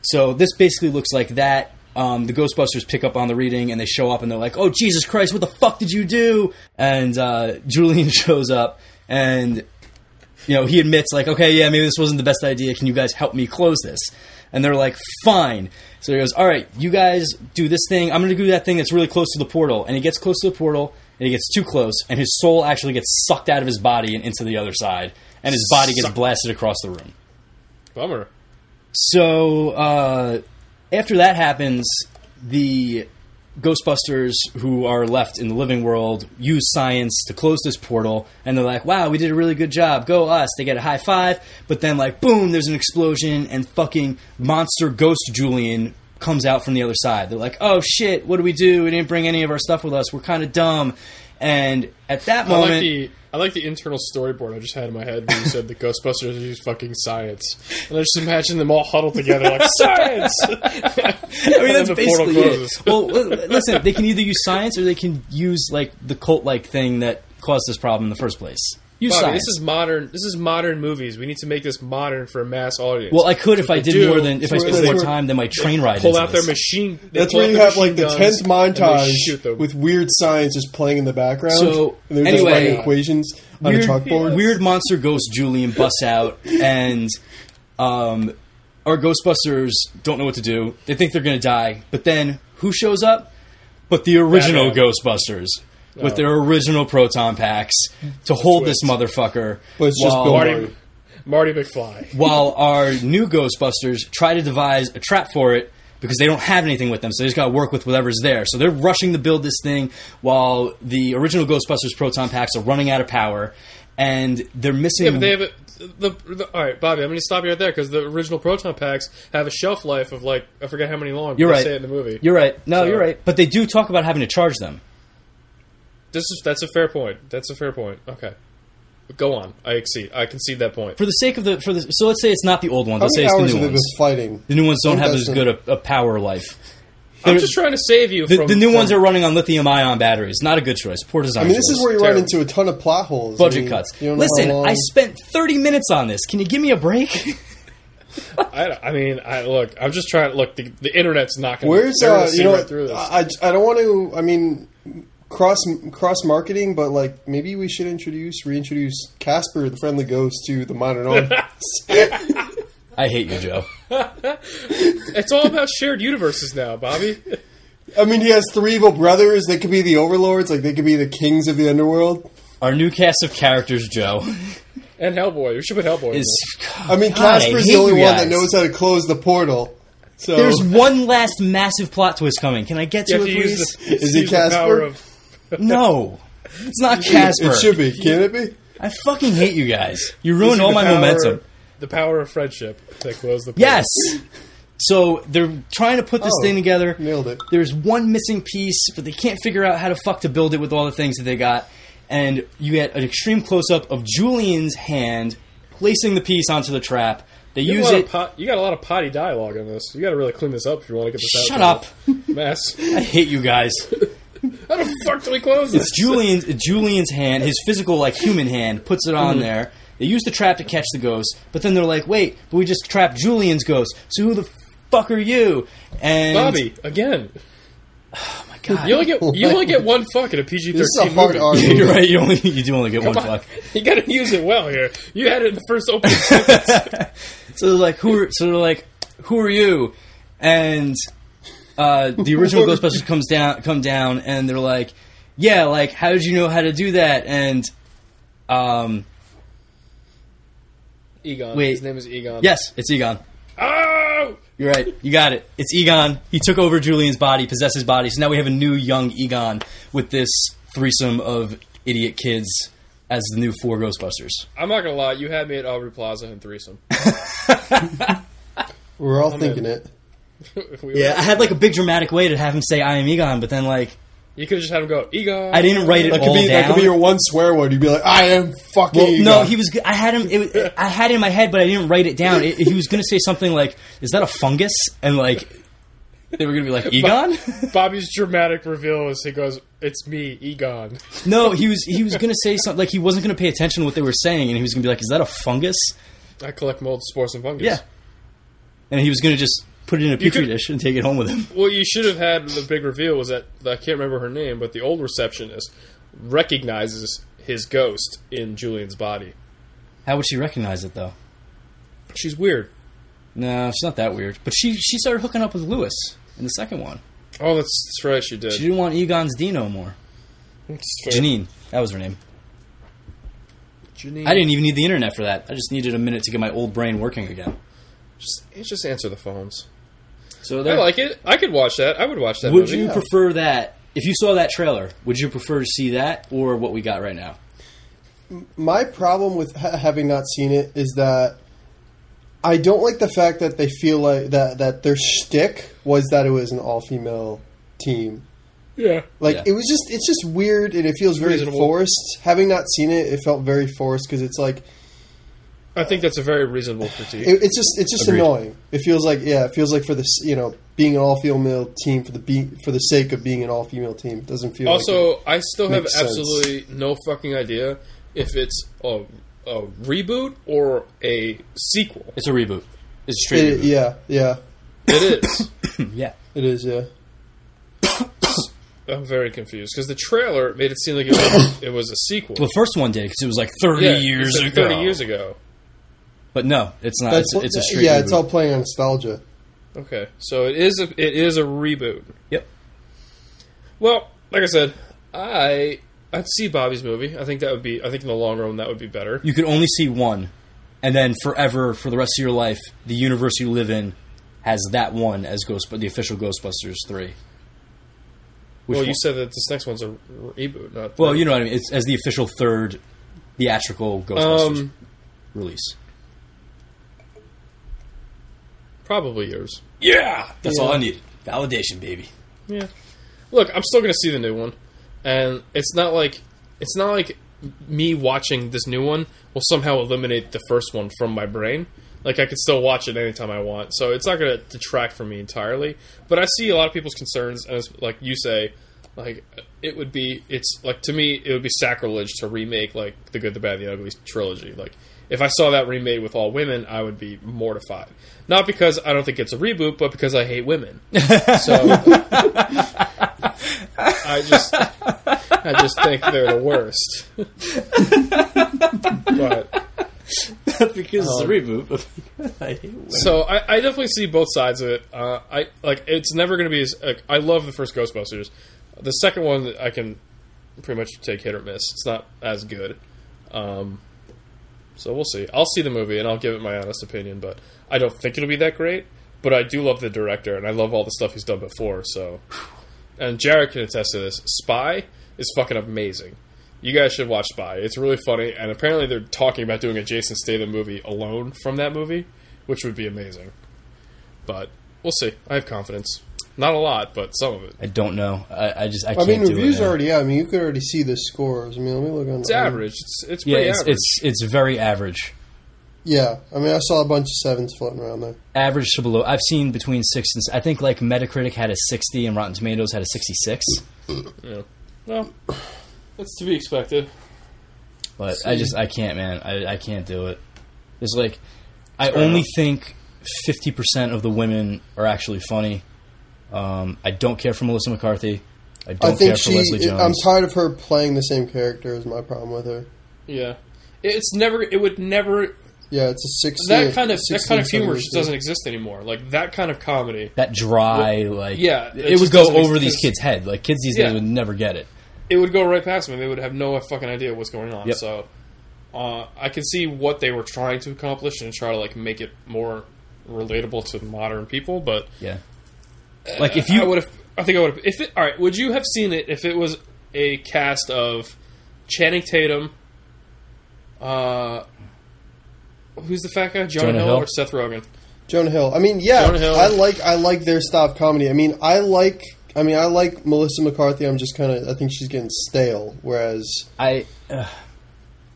[SPEAKER 2] So this basically looks like that. Um, the Ghostbusters pick up on the reading and they show up and they're like, "Oh Jesus Christ, what the fuck did you do?" And uh, Julian shows up and you know, he admits like, okay, yeah, maybe this wasn't the best idea. Can you guys help me close this? And they're like, fine. So he goes, all right, you guys do this thing. I'm going to do that thing that's really close to the portal. And he gets close to the portal, and he gets too close, and his soul actually gets sucked out of his body and into the other side, and his body gets
[SPEAKER 1] Suck.
[SPEAKER 2] blasted across the room.
[SPEAKER 1] Bummer.
[SPEAKER 2] So uh, after that happens, the Ghostbusters who are left in the living world use science to close this portal, and they're like, "Wow, we did a really good job. Go us!" They get a high five, but then like, boom, there's an explosion, and fucking monster ghost Julian comes out from the other side. They're like, "Oh shit, what do we do? We didn't bring any of our stuff with us. We're kind of dumb." And at that
[SPEAKER 1] I
[SPEAKER 2] moment,
[SPEAKER 1] like the I like the internal storyboard I just had in my head when you said the Ghostbusters use fucking science, and I just imagine them all huddled together like science.
[SPEAKER 2] I mean, that's
[SPEAKER 1] the portal
[SPEAKER 2] basically it.
[SPEAKER 1] closes.
[SPEAKER 2] Well, li- listen, they can either use science or they can use like the cult-like thing that caused this problem in the first place. Use
[SPEAKER 1] Bobby,
[SPEAKER 2] science.
[SPEAKER 1] this is modern. This is modern movies. We need to make this modern for a mass audience.
[SPEAKER 2] well, I could if I did
[SPEAKER 1] do
[SPEAKER 2] more than if I
[SPEAKER 1] is
[SPEAKER 2] spent
[SPEAKER 3] they
[SPEAKER 2] more
[SPEAKER 3] were-
[SPEAKER 2] time than my train ride.
[SPEAKER 1] pull
[SPEAKER 2] into
[SPEAKER 1] out
[SPEAKER 2] this.
[SPEAKER 1] their machine. they
[SPEAKER 3] That's
[SPEAKER 1] pull
[SPEAKER 3] where
[SPEAKER 1] out
[SPEAKER 3] you
[SPEAKER 1] their
[SPEAKER 3] have like
[SPEAKER 1] machine
[SPEAKER 3] the
[SPEAKER 1] guns
[SPEAKER 3] tenth
[SPEAKER 1] and they shoot
[SPEAKER 3] montage
[SPEAKER 1] them.
[SPEAKER 3] with weird science just playing in the background.
[SPEAKER 2] So,
[SPEAKER 3] and they're just
[SPEAKER 2] anyway,
[SPEAKER 3] writing equations on a chalkboard.
[SPEAKER 2] Weird monster ghost Julian busts out, and um, our Ghostbusters don't know what to do. They think they're going to die, but then who shows up? But the original
[SPEAKER 1] Batman. Oh.
[SPEAKER 2] Ghostbusters with their original proton packs to hold this
[SPEAKER 1] twist.
[SPEAKER 2] motherfucker.
[SPEAKER 3] But it's just
[SPEAKER 2] while-
[SPEAKER 3] Bill Murray.
[SPEAKER 1] Marty, Marty McFly.
[SPEAKER 2] while our new Ghostbusters try to devise a trap for it because they don't have anything with them, so they just got to work with whatever's there. So they're rushing to build this thing while the original Ghostbusters proton packs are running out of power, and they're missing.
[SPEAKER 1] Yeah, but they have a, the, the all right, Bobby. I'm going to stop you right there because the original proton packs have a shelf life of like I forget how many long. but
[SPEAKER 2] you're
[SPEAKER 1] they
[SPEAKER 2] right.
[SPEAKER 1] Say it in the movie.
[SPEAKER 2] You're right. No,
[SPEAKER 1] So-
[SPEAKER 2] you're right. But they do talk about having to charge them.
[SPEAKER 1] This is that's a fair point. That's a fair point. Okay, go on. I exceed. I concede that point.
[SPEAKER 2] For the sake of the for the so let's say it's not the old ones.
[SPEAKER 3] How
[SPEAKER 2] Let's say
[SPEAKER 3] many
[SPEAKER 2] it's the
[SPEAKER 3] hours
[SPEAKER 2] new
[SPEAKER 3] have they been
[SPEAKER 2] ones.
[SPEAKER 3] fighting?
[SPEAKER 2] The new ones don't have as
[SPEAKER 3] That's a-
[SPEAKER 2] good a, a power life.
[SPEAKER 1] I'm just trying to save you.
[SPEAKER 2] The,
[SPEAKER 1] from,
[SPEAKER 2] the new
[SPEAKER 1] from-
[SPEAKER 2] ones are running on lithium ion batteries. Not a good choice. Poor design.
[SPEAKER 3] I mean, this
[SPEAKER 2] choice.
[SPEAKER 3] is where you
[SPEAKER 1] Terrible.
[SPEAKER 3] run into a ton of plot holes. I
[SPEAKER 2] budget
[SPEAKER 3] mean,
[SPEAKER 2] cuts.
[SPEAKER 3] you don't know how
[SPEAKER 2] Listen,
[SPEAKER 3] long-
[SPEAKER 2] I spent 30 minutes on this. Can you give me a break?
[SPEAKER 1] I, I mean, I look. I'm just trying. Look, the, the internet's not going.
[SPEAKER 3] Where's uh, you know?
[SPEAKER 1] right
[SPEAKER 3] what
[SPEAKER 1] through this.
[SPEAKER 3] I, I I don't want to. I mean, cross cross marketing, but like maybe we should introduce reintroduce Casper the Friendly Ghost to the modern audience.
[SPEAKER 2] I hate you, Joe. uh,
[SPEAKER 1] it's all about shared universes now, Bobby.
[SPEAKER 3] I mean, he has three evil brothers. They could be the overlords. Like they could be the kings of the underworld.
[SPEAKER 2] Our new cast of characters, Joe,
[SPEAKER 1] And Hellboy. You should put Hellboy. in
[SPEAKER 2] is.
[SPEAKER 3] I mean,
[SPEAKER 2] God, I
[SPEAKER 3] Casper's
[SPEAKER 2] hate
[SPEAKER 3] the only
[SPEAKER 2] you
[SPEAKER 3] one
[SPEAKER 2] guys.
[SPEAKER 3] that knows how to close the portal. So
[SPEAKER 2] There's one last massive plot twist coming. Can I get
[SPEAKER 1] there.
[SPEAKER 2] to it,
[SPEAKER 1] You have to use
[SPEAKER 2] please?
[SPEAKER 1] the,
[SPEAKER 3] Is he
[SPEAKER 1] use the power
[SPEAKER 3] Casper?
[SPEAKER 1] of.
[SPEAKER 2] No, it's not Casper.
[SPEAKER 3] it should be, can it be?
[SPEAKER 2] I fucking hate you guys. You
[SPEAKER 1] using
[SPEAKER 2] ruined all
[SPEAKER 1] the
[SPEAKER 2] my
[SPEAKER 1] power-
[SPEAKER 2] momentum.
[SPEAKER 1] The power of friendship. They close the.
[SPEAKER 2] Yes. So they're trying to put this
[SPEAKER 3] Oh,
[SPEAKER 2] thing together.
[SPEAKER 3] nailed it.
[SPEAKER 2] There's one missing piece, but they can't figure out how to fuck to build it with all the things that they got. And you get an extreme close up of Julian's hand placing the piece onto the trap. They
[SPEAKER 1] You got,
[SPEAKER 2] use
[SPEAKER 1] a lot
[SPEAKER 2] it.
[SPEAKER 1] of pot, you got a lot of potty dialogue on this. You got to really clean this up if you want to get this
[SPEAKER 2] Shut
[SPEAKER 1] out.
[SPEAKER 2] up!
[SPEAKER 1] up, mess.
[SPEAKER 2] I hate you guys.
[SPEAKER 1] How the fuck do we close this?
[SPEAKER 2] Julian's Julian's hand, his physical like human hand, puts it
[SPEAKER 1] Mm-hmm.
[SPEAKER 2] on there. They use the trap to catch the ghost, but then they're like, "Wait, but we just trapped Julian's ghost. So who the fuck are you?" And Oh,
[SPEAKER 1] Bobby again.
[SPEAKER 2] my God,
[SPEAKER 1] You only get you only get one fuck in a PG
[SPEAKER 3] This is a
[SPEAKER 1] thirteen
[SPEAKER 3] hard
[SPEAKER 1] movie.
[SPEAKER 3] argument.
[SPEAKER 2] You're right. You only you do only get one
[SPEAKER 1] Come on.
[SPEAKER 2] fuck.
[SPEAKER 1] You got to use it well here. You had it in the first opening.
[SPEAKER 2] So they're like, who? Are, so they're like, who are you? And uh, the original Ghostbusters comes down, come down, and they're like, yeah, like, how did you know how to do that? And um,
[SPEAKER 1] Egon.
[SPEAKER 2] Wait.
[SPEAKER 1] His name is Egon.
[SPEAKER 2] yes, it's Egon.
[SPEAKER 1] Oh,
[SPEAKER 2] You're right. You got it. It's Egon. He took over Julian's body, possessed his body. So now we have a new young Egon with this threesome of idiot kids as the new four Ghostbusters.
[SPEAKER 1] I'm not gonna lie. You had me at Aubrey Plaza and threesome.
[SPEAKER 3] We're all thinking it.
[SPEAKER 1] We were-
[SPEAKER 2] I had like a big dramatic way to have him say, "I am Egon," but then like
[SPEAKER 1] You could have just had him go Egon.
[SPEAKER 2] I didn't write it
[SPEAKER 3] That could
[SPEAKER 2] all
[SPEAKER 3] be
[SPEAKER 2] down.
[SPEAKER 3] that could be your one swear word. You'd be like, I am fucking.
[SPEAKER 2] well, no,
[SPEAKER 3] Egon."
[SPEAKER 2] he was. g- I had him. It, was- I had it in my head, but I didn't write it down. It, he was going to say something like, "Is that a fungus?" And like, they were going to be like, "Egon."
[SPEAKER 1] Bobby's dramatic reveal is he goes, "It's me, Egon."
[SPEAKER 2] no, he was. He was going to say something like he wasn't going to pay attention to what they were saying, and he was going to be like, "Is that a fungus?"
[SPEAKER 1] I collect mold, spores, and fungus.
[SPEAKER 2] Yeah. And he was going to just put it in a petri
[SPEAKER 1] could-
[SPEAKER 2] dish and take it home with him.
[SPEAKER 1] What you should have had the big reveal was that I can't remember her name, but the old receptionist recognizes his ghost in Julian's body.
[SPEAKER 2] How would she recognize it though?
[SPEAKER 1] She's weird.
[SPEAKER 2] No, she's not that weird. But she she started hooking up with Lewis in the second one.
[SPEAKER 1] Oh, that's, that's right. She did.
[SPEAKER 2] She didn't want Egon's D no more.
[SPEAKER 1] It's fair.
[SPEAKER 2] Janine, that was her name.
[SPEAKER 1] Janine.
[SPEAKER 2] I didn't even need the internet for that. I just needed a minute to get my old brain working again.
[SPEAKER 1] Just, just answer the phones.
[SPEAKER 2] So
[SPEAKER 1] I
[SPEAKER 2] there.
[SPEAKER 1] like it. I could watch that. I would watch that.
[SPEAKER 2] would
[SPEAKER 1] movie.
[SPEAKER 2] you prefer that? If you saw that trailer, would you prefer to see that or what we got right now?
[SPEAKER 3] My problem with ha- having not seen it is that I don't like the fact that they feel like that that their shtick was that it was an all female team.
[SPEAKER 1] Yeah.
[SPEAKER 3] Like
[SPEAKER 2] Yeah.
[SPEAKER 3] it was just it's just weird and it feels very
[SPEAKER 1] Reasonable.
[SPEAKER 3] forced. Having not seen it, it felt very forced because it's like
[SPEAKER 1] I think that's a very reasonable critique.
[SPEAKER 3] it, it's just it's just
[SPEAKER 2] Agreed.
[SPEAKER 3] annoying. It feels like yeah, it feels like for this you know being an all female team for the be- for the sake of being an all female team. It doesn't feel like
[SPEAKER 1] also, I still have
[SPEAKER 3] Makes sense.
[SPEAKER 1] absolutely no fucking idea if it's a, a reboot or a sequel.
[SPEAKER 2] It's a reboot. It's a
[SPEAKER 3] it.
[SPEAKER 2] straight
[SPEAKER 3] It- yeah, yeah,
[SPEAKER 1] It is.
[SPEAKER 2] reboot. Yeah.
[SPEAKER 3] it is. Yeah,
[SPEAKER 1] I'm very confused because the trailer made it seem like it was, it was a sequel.
[SPEAKER 2] The first one did because it was like 30
[SPEAKER 1] Yeah, it
[SPEAKER 2] years
[SPEAKER 1] said
[SPEAKER 2] ago.
[SPEAKER 1] Thirty years ago.
[SPEAKER 2] But no, it's not. It's, it's a straight
[SPEAKER 3] yeah.
[SPEAKER 2] reboot.
[SPEAKER 3] It's all playing on nostalgia.
[SPEAKER 1] Okay, so it is a it is a reboot.
[SPEAKER 2] Yep.
[SPEAKER 1] Well, like I said, I I'd see Bobby's movie. I think that would be. I think in the long run that would be better.
[SPEAKER 2] you could only see one, and then forever for the rest of your life, the universe you live in has that one as Ghost, the official Ghostbusters three. Which
[SPEAKER 1] well,
[SPEAKER 2] one-
[SPEAKER 1] you said that this next one's a reboot, not
[SPEAKER 2] well, you know what I mean. It's as the official third theatrical Ghostbusters
[SPEAKER 1] um
[SPEAKER 2] release.
[SPEAKER 1] probably yours.
[SPEAKER 2] Yeah, that's all
[SPEAKER 3] Yeah.
[SPEAKER 2] I needed. Validation, baby.
[SPEAKER 1] Yeah. Look, I'm still going to see the new one, and it's not like it's not like me watching this new one will somehow eliminate the first one from my brain. Like I could still watch it anytime I want, so it's not going to detract from me entirely. But I see a lot of people's concerns, and it's, like you say, like it would be, it's like to me, it would be sacrilege to remake like the Good, the Bad, and the Ugly trilogy. Like if I saw that remade with all women, I would be mortified. Not because I don't think it's a reboot, but because I hate women. So I just I just think they're the worst. but
[SPEAKER 2] because it's a reboot.
[SPEAKER 1] so I, I definitely see both sides of it. Uh, I like it's never going to be as like, I love the first Ghostbusters. The second one I can pretty much take hit or miss. It's not as good. Um, so we'll see. I'll see the movie and I'll give it my honest opinion, but I don't think it'll be that great. But I do love the director and I love all the stuff he's done before. So, and Jared can attest to this. Spy is fucking amazing. You guys should watch Spy. It's really funny, and apparently they're talking about doing a Jason Statham movie alone from that movie, which would be amazing. But we'll see. I have confidence. Not a lot, but some of it.
[SPEAKER 2] I don't know. I, I just I,
[SPEAKER 3] I
[SPEAKER 2] can't
[SPEAKER 3] mean,
[SPEAKER 2] do
[SPEAKER 3] reviews
[SPEAKER 2] it. man.
[SPEAKER 3] are already. out. I mean, you could already see the scores. I mean, let me look on.
[SPEAKER 1] It's average. It's it's
[SPEAKER 2] Um, yeah.
[SPEAKER 1] pretty
[SPEAKER 2] It's,
[SPEAKER 1] average.
[SPEAKER 2] it's it's very average.
[SPEAKER 3] Yeah, I mean, I saw a bunch of sevens floating around there.
[SPEAKER 2] Average to below. I've seen between six and s- I think like Metacritic had a sixty and Rotten Tomatoes had a sixty-six.
[SPEAKER 1] well, that's to be expected.
[SPEAKER 2] But I just I can't, man. I, I can't do it. It's like I only think fifty percent of the women are actually funny. Um, I don't care for Melissa McCarthy. I don't
[SPEAKER 3] I think
[SPEAKER 2] care for
[SPEAKER 3] she.
[SPEAKER 2] Leslie Jones.
[SPEAKER 3] I'm tired of her playing the same character. Is my problem with her.
[SPEAKER 1] Yeah, it's never. It would never.
[SPEAKER 3] Yeah, it's a six.
[SPEAKER 1] That kind of that kind of humor just doesn't exist anymore. Like that kind of comedy.
[SPEAKER 2] that dry, like
[SPEAKER 1] yeah, it
[SPEAKER 2] it, would
[SPEAKER 1] just
[SPEAKER 2] go
[SPEAKER 1] doesn't
[SPEAKER 2] over
[SPEAKER 1] make-
[SPEAKER 2] these
[SPEAKER 1] it's-
[SPEAKER 2] kids' head. Like kids these
[SPEAKER 1] Yeah.
[SPEAKER 2] days would never get it.
[SPEAKER 1] it would go right past them. and They would have no fucking idea what's going on.
[SPEAKER 2] Yep.
[SPEAKER 1] So uh, I can see what they were trying to accomplish and try to like make it more relatable to modern people. But
[SPEAKER 2] Yeah, Uh, like if
[SPEAKER 1] I
[SPEAKER 2] you
[SPEAKER 1] would have, I think I would have. If it, all right, would you have seen it if it was a cast of Channing Tatum? Uh, who's the fat guy? Jonah,
[SPEAKER 2] Jonah
[SPEAKER 1] Hill,
[SPEAKER 2] Hill?
[SPEAKER 1] or Seth Rogen?
[SPEAKER 3] Jonah Hill. I mean, yeah,
[SPEAKER 1] Jonah Hill.
[SPEAKER 3] I like I like their style of comedy. I mean, I like I mean, I like Melissa McCarthy. I'm just kind of. I think she's getting stale. Whereas
[SPEAKER 2] I. Uh,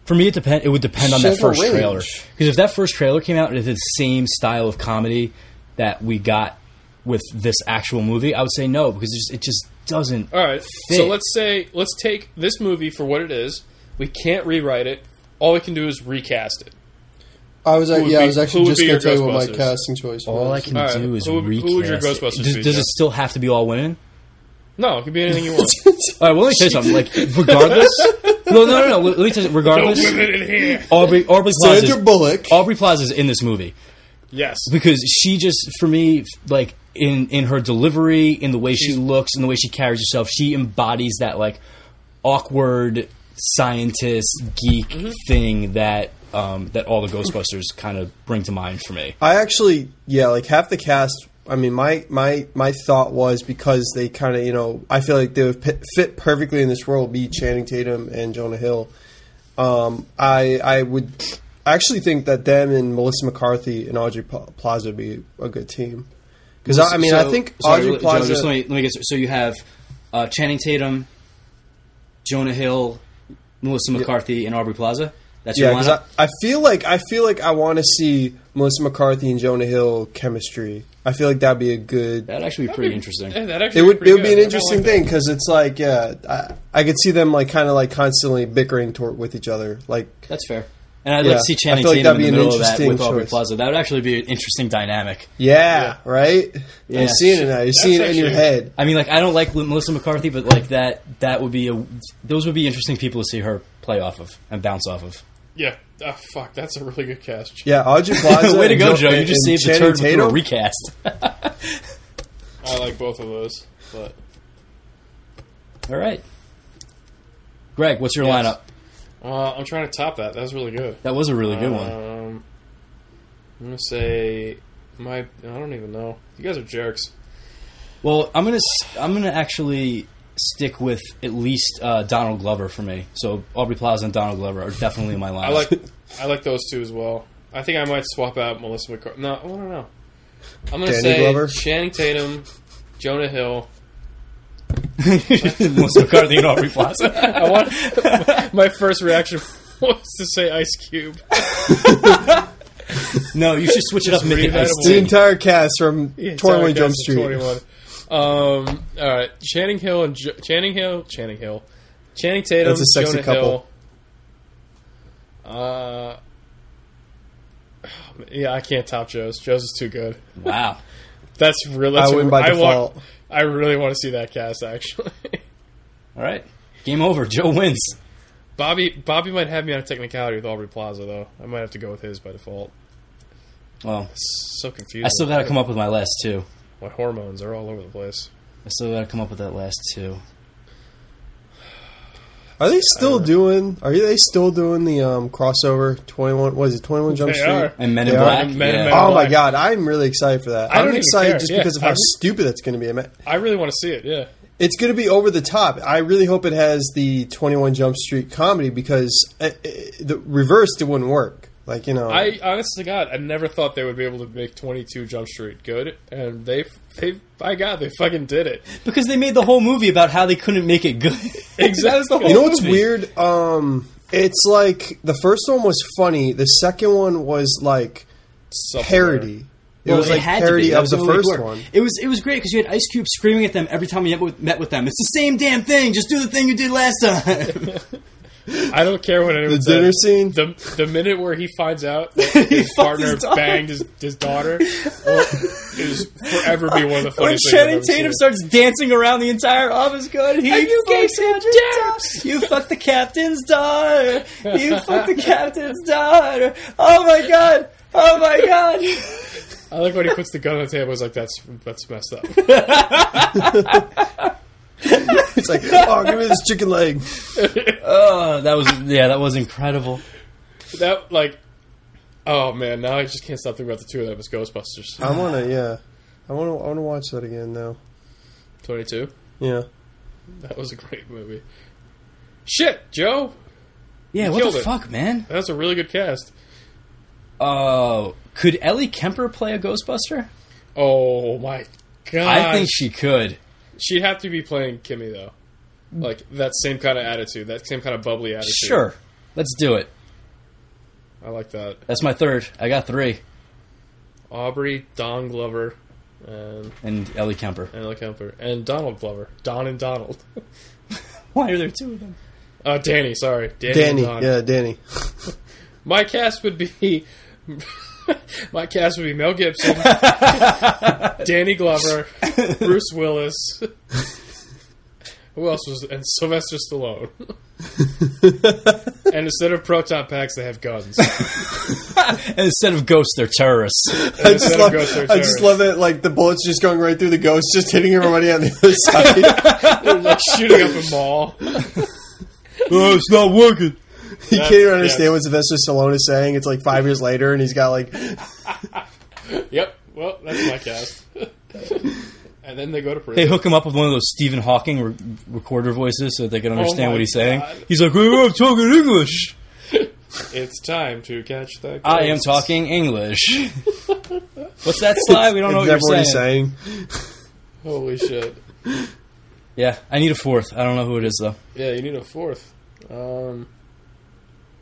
[SPEAKER 2] for me, it depend. It would depend on that
[SPEAKER 3] She has a
[SPEAKER 2] first trailer
[SPEAKER 3] range.
[SPEAKER 2] because if that first trailer came out and it's the same style of comedy that we got with this actual movie, I would say no because it just, it just doesn't.
[SPEAKER 1] All right. So
[SPEAKER 2] Fit.
[SPEAKER 1] let's say let's take this movie for what it is. We can't rewrite it. All we can do is recast it.
[SPEAKER 3] I was,
[SPEAKER 1] would
[SPEAKER 3] yeah, I
[SPEAKER 1] be-
[SPEAKER 3] was
[SPEAKER 1] who
[SPEAKER 3] actually
[SPEAKER 1] would
[SPEAKER 3] just
[SPEAKER 1] be
[SPEAKER 3] going to
[SPEAKER 1] your
[SPEAKER 3] tell you what my
[SPEAKER 1] Ghostbusters?
[SPEAKER 3] casting choice was.
[SPEAKER 2] All I can
[SPEAKER 1] All right,
[SPEAKER 2] do is
[SPEAKER 1] who-
[SPEAKER 2] recast.
[SPEAKER 1] who would your
[SPEAKER 2] it.
[SPEAKER 1] Ghostbusters
[SPEAKER 2] Does,
[SPEAKER 1] be,
[SPEAKER 2] does
[SPEAKER 1] Jeff?
[SPEAKER 2] it still have to be all women?
[SPEAKER 1] No, it could be anything you want.
[SPEAKER 2] All right, well, let me tell you something. Like, regardless, no, no, no, no. Let me tell you,
[SPEAKER 1] no
[SPEAKER 2] regardless,
[SPEAKER 1] women in here.
[SPEAKER 2] Aubrey, Aubrey
[SPEAKER 3] Sandra
[SPEAKER 2] Plaza,
[SPEAKER 3] Bullock.
[SPEAKER 2] Aubrey Plaza's in this movie
[SPEAKER 1] Yes.
[SPEAKER 2] because she just, for me, like in in her delivery, in the way she
[SPEAKER 1] She's-
[SPEAKER 2] looks, in the way she carries herself, she embodies that like awkward scientist geek thing that um, that all the Ghostbusters kind of bring to mind for me.
[SPEAKER 3] I actually, yeah, like half the cast. I mean, my my my thought was because they kind of, you know, I feel like they would p- fit perfectly in this role. Be Channing Tatum and Jonah Hill. Um, I I would actually think that them and Melissa McCarthy and Audrey Pla- Plaza would be a good team. Because I, I mean, I
[SPEAKER 2] So-
[SPEAKER 3] think
[SPEAKER 2] sorry,
[SPEAKER 3] Audrey
[SPEAKER 2] let- Joe,
[SPEAKER 3] Plaza.
[SPEAKER 2] just let me, let me get so you have uh, Channing Tatum, Jonah Hill, Melissa McCarthy, and Aubrey Plaza. That's
[SPEAKER 3] yeah,
[SPEAKER 2] your
[SPEAKER 3] because
[SPEAKER 2] lineup.
[SPEAKER 3] I, I feel like I feel like I want to see Melissa McCarthy and Jonah Hill chemistry. I feel like that'd be a good
[SPEAKER 2] That'd actually be pretty interesting.
[SPEAKER 1] Yeah, that actually
[SPEAKER 3] It would
[SPEAKER 1] pretty
[SPEAKER 3] it would be
[SPEAKER 1] good.
[SPEAKER 3] an
[SPEAKER 1] I kinda
[SPEAKER 3] interesting
[SPEAKER 1] like that.
[SPEAKER 3] thing because it's like yeah, I, I could see them like kind of like constantly bickering toward with each other. Like
[SPEAKER 2] That's fair. And I'd
[SPEAKER 3] Yeah.
[SPEAKER 2] like to see
[SPEAKER 3] I
[SPEAKER 2] Channing
[SPEAKER 3] feel like
[SPEAKER 2] Tatum
[SPEAKER 3] that'd
[SPEAKER 2] in the
[SPEAKER 3] be an
[SPEAKER 2] middle of that with
[SPEAKER 3] interesting
[SPEAKER 2] Aubrey
[SPEAKER 3] choice.
[SPEAKER 2] Plaza. That would actually be an interesting dynamic.
[SPEAKER 3] yeah, right.
[SPEAKER 2] Yeah.
[SPEAKER 3] You're seeing it now. You're seeing it in your
[SPEAKER 1] actually-
[SPEAKER 3] head.
[SPEAKER 2] I mean, like I don't like Melissa McCarthy, but like that that would be a those would be interesting people to see her play off of and bounce off of.
[SPEAKER 1] Yeah. Ah, fuck, that's a really good cast.
[SPEAKER 3] Yeah, Audrey Plaza.
[SPEAKER 2] Way to
[SPEAKER 3] and
[SPEAKER 2] go, Joe! You
[SPEAKER 3] and-
[SPEAKER 2] just
[SPEAKER 3] and
[SPEAKER 2] saved the
[SPEAKER 3] Channing
[SPEAKER 2] turd through a
[SPEAKER 3] Tatum.
[SPEAKER 2] recast.
[SPEAKER 1] I like both of those. But
[SPEAKER 2] All right, Greg, what's your
[SPEAKER 1] Yes.
[SPEAKER 2] lineup?
[SPEAKER 1] uh, I'm trying to top that. That was really good.
[SPEAKER 2] That was a really good one.
[SPEAKER 1] Um, I'm gonna say my. I don't even know. You guys are jerks.
[SPEAKER 2] Well, I'm gonna s- I'm gonna actually stick with at least uh, Donald Glover for me. So Aubrey Plaza and Donald Glover are definitely in my lineup.
[SPEAKER 1] I like. I like those two as well. I think I might swap out Melissa McCarthy. No, I don't know. I'm gonna
[SPEAKER 3] Danny
[SPEAKER 1] say
[SPEAKER 3] Glover?
[SPEAKER 1] Channing Tatum, Jonah Hill.
[SPEAKER 2] Melissa McCarthy and Aubrey Plaza.
[SPEAKER 1] I want. My first reaction was to say Ice Cube.
[SPEAKER 2] No, you should switch it up. and Make it
[SPEAKER 1] Just
[SPEAKER 2] Ice
[SPEAKER 1] read
[SPEAKER 3] The
[SPEAKER 2] T.
[SPEAKER 1] it.
[SPEAKER 3] entire cast from
[SPEAKER 1] Yeah,
[SPEAKER 3] Twenty
[SPEAKER 1] sorry,
[SPEAKER 3] One
[SPEAKER 1] guys,
[SPEAKER 3] Jump
[SPEAKER 1] it's
[SPEAKER 3] Street.
[SPEAKER 1] 21. Um, all right, Channing Hill and jo- Channing Hill, Channing Hill, Channing Tatum,
[SPEAKER 3] That's a sexy
[SPEAKER 1] Jonah
[SPEAKER 3] couple.
[SPEAKER 1] Hill. Uh, yeah, I can't top Joe's. Joe's is too good.
[SPEAKER 2] Wow.
[SPEAKER 1] That's really.
[SPEAKER 3] I
[SPEAKER 1] That's
[SPEAKER 3] win by
[SPEAKER 1] I
[SPEAKER 3] default.
[SPEAKER 1] Want, I really want to see that cast actually.
[SPEAKER 2] All right. Game over. Joe wins.
[SPEAKER 1] Bobby, Bobby might have me on a technicality with Aubrey Plaza though. I might have to go with his by default.
[SPEAKER 2] Well,
[SPEAKER 1] So confusing.
[SPEAKER 2] I still got to come up with my last two.
[SPEAKER 1] My hormones are all over the place.
[SPEAKER 2] I still got to come up with that last two.
[SPEAKER 3] Are they still
[SPEAKER 2] Uh,
[SPEAKER 3] doing? Are they still doing the um, crossover Twenty One? Was it Twenty One Jump
[SPEAKER 1] They
[SPEAKER 3] Street?
[SPEAKER 1] are.
[SPEAKER 2] And Men in
[SPEAKER 3] Yeah.
[SPEAKER 2] Black.
[SPEAKER 1] And Men in
[SPEAKER 2] yeah.
[SPEAKER 1] Black.
[SPEAKER 3] Oh my
[SPEAKER 1] Black.
[SPEAKER 3] god, I'm really excited for that.
[SPEAKER 1] I don't
[SPEAKER 3] I'm
[SPEAKER 1] even
[SPEAKER 3] excited
[SPEAKER 1] care,
[SPEAKER 3] just
[SPEAKER 1] yeah.
[SPEAKER 3] because of
[SPEAKER 1] I
[SPEAKER 3] how
[SPEAKER 1] re-
[SPEAKER 3] stupid that's going to be. I'm-
[SPEAKER 1] I really want to see it. Yeah.
[SPEAKER 3] it's going to be over the top. I really hope it has the 21 Jump Street comedy because uh, uh the reversed it wouldn't work. Like, you know,
[SPEAKER 1] I honestly, God, I never thought they would be able to make 22 Jump Street good, and they, they, by God, they fucking did it.
[SPEAKER 2] Because they made the whole movie about how they couldn't make it good.
[SPEAKER 1] Exactly.
[SPEAKER 2] that was the whole
[SPEAKER 3] you know what's
[SPEAKER 2] movie.
[SPEAKER 3] weird? Um, it's like the first one was funny, the second one was like
[SPEAKER 1] Something
[SPEAKER 3] parody. It
[SPEAKER 2] Well,
[SPEAKER 3] was like
[SPEAKER 2] had to be.
[SPEAKER 3] parody
[SPEAKER 2] That
[SPEAKER 3] of
[SPEAKER 2] was
[SPEAKER 3] the
[SPEAKER 2] only way it
[SPEAKER 3] first
[SPEAKER 2] worked.
[SPEAKER 3] one.
[SPEAKER 2] It was it was great because you had Ice Cube screaming at them every time you met with, met with them. It's the same damn thing. Just do the thing you did last time.
[SPEAKER 1] there. I don't care what anyone
[SPEAKER 3] The
[SPEAKER 1] says.
[SPEAKER 3] dinner scene?
[SPEAKER 1] The, the minute where he finds out that his
[SPEAKER 2] fucked
[SPEAKER 1] partner
[SPEAKER 2] his daughter.
[SPEAKER 1] banged his, his daughter, will is forever be one of the
[SPEAKER 2] when
[SPEAKER 1] funniest things. I've
[SPEAKER 2] Channing
[SPEAKER 1] ever seen.
[SPEAKER 2] Tatum starts dancing around the entire office, going, "He
[SPEAKER 1] you gave
[SPEAKER 2] fucks
[SPEAKER 1] him
[SPEAKER 2] Andrew
[SPEAKER 1] daps."
[SPEAKER 2] Tar- You fucked the captain's daughter. You fucked the captain's daughter. Oh my god. Oh my god.
[SPEAKER 1] I like when he puts the gun on the table. He's like, "That's that's messed up."
[SPEAKER 3] It's like, oh, give me this chicken leg.
[SPEAKER 2] Oh, that was yeah, that was incredible.
[SPEAKER 1] that like, oh man, now I just can't stop thinking about the two of them as Ghostbusters.
[SPEAKER 3] I want to, yeah. I want to I wanna watch that again, though.
[SPEAKER 1] 22.
[SPEAKER 3] Yeah.
[SPEAKER 1] That was a great movie. Shit, Joe.
[SPEAKER 2] Yeah,
[SPEAKER 1] You
[SPEAKER 2] what
[SPEAKER 1] killed
[SPEAKER 2] the
[SPEAKER 1] it.
[SPEAKER 2] fuck, man?
[SPEAKER 1] That's a really good cast.
[SPEAKER 2] Oh, could Ellie Kemper play a Ghostbuster?
[SPEAKER 1] Oh my god!
[SPEAKER 2] Uh, I think she could.
[SPEAKER 1] she'd have to be playing Kimmy though, like that same kind of attitude, that same kind of bubbly attitude.
[SPEAKER 2] Sure, let's do it.
[SPEAKER 1] I like that.
[SPEAKER 2] That's my third. I got three,
[SPEAKER 1] Aubrey, Don Glover, and
[SPEAKER 2] and Ellie Kemper.
[SPEAKER 1] Anna Kemper, and Donald Glover, Don and Donald.
[SPEAKER 2] Why are there two of them?
[SPEAKER 1] Uh, Danny, sorry, Danny.
[SPEAKER 3] Danny,
[SPEAKER 1] and Don.
[SPEAKER 3] yeah, Danny.
[SPEAKER 1] My cast would be my cast would be Mel Gibson, Danny Glover, Bruce Willis. Who else was and Sylvester Stallone? and instead of proton packs, they have guns.
[SPEAKER 2] And instead of ghosts, they're terrorists.
[SPEAKER 3] I just,
[SPEAKER 1] instead
[SPEAKER 3] love,
[SPEAKER 1] of ghosts are
[SPEAKER 3] I just
[SPEAKER 1] terrorists.
[SPEAKER 3] love it. Like the bullets just going right through the ghost, just hitting everybody on the other side.
[SPEAKER 1] They're like shooting up a mall.
[SPEAKER 2] oh, it's not working.
[SPEAKER 3] you
[SPEAKER 1] That's-
[SPEAKER 3] can't even understand
[SPEAKER 1] yeah.
[SPEAKER 3] what Sylvester Stallone is saying. It's like five years later, and he's got like
[SPEAKER 1] Yep. Well, that's my cast. and then they go to prison.
[SPEAKER 2] They hook him up with one of those Stephen Hawking re- recorder voices so that they can understand
[SPEAKER 1] Oh my
[SPEAKER 2] what he's saying.
[SPEAKER 1] God.
[SPEAKER 2] He's like, "Well, I'm talking English.
[SPEAKER 1] It's time to catch the. Ghost.
[SPEAKER 2] I am talking English. What's that slide? We don't know what
[SPEAKER 3] it's
[SPEAKER 2] you're
[SPEAKER 3] never what
[SPEAKER 2] saying.
[SPEAKER 3] he's saying.
[SPEAKER 1] Holy shit!
[SPEAKER 2] Yeah, I need a fourth. I don't know who it is though.
[SPEAKER 1] Yeah, you need a fourth. Um,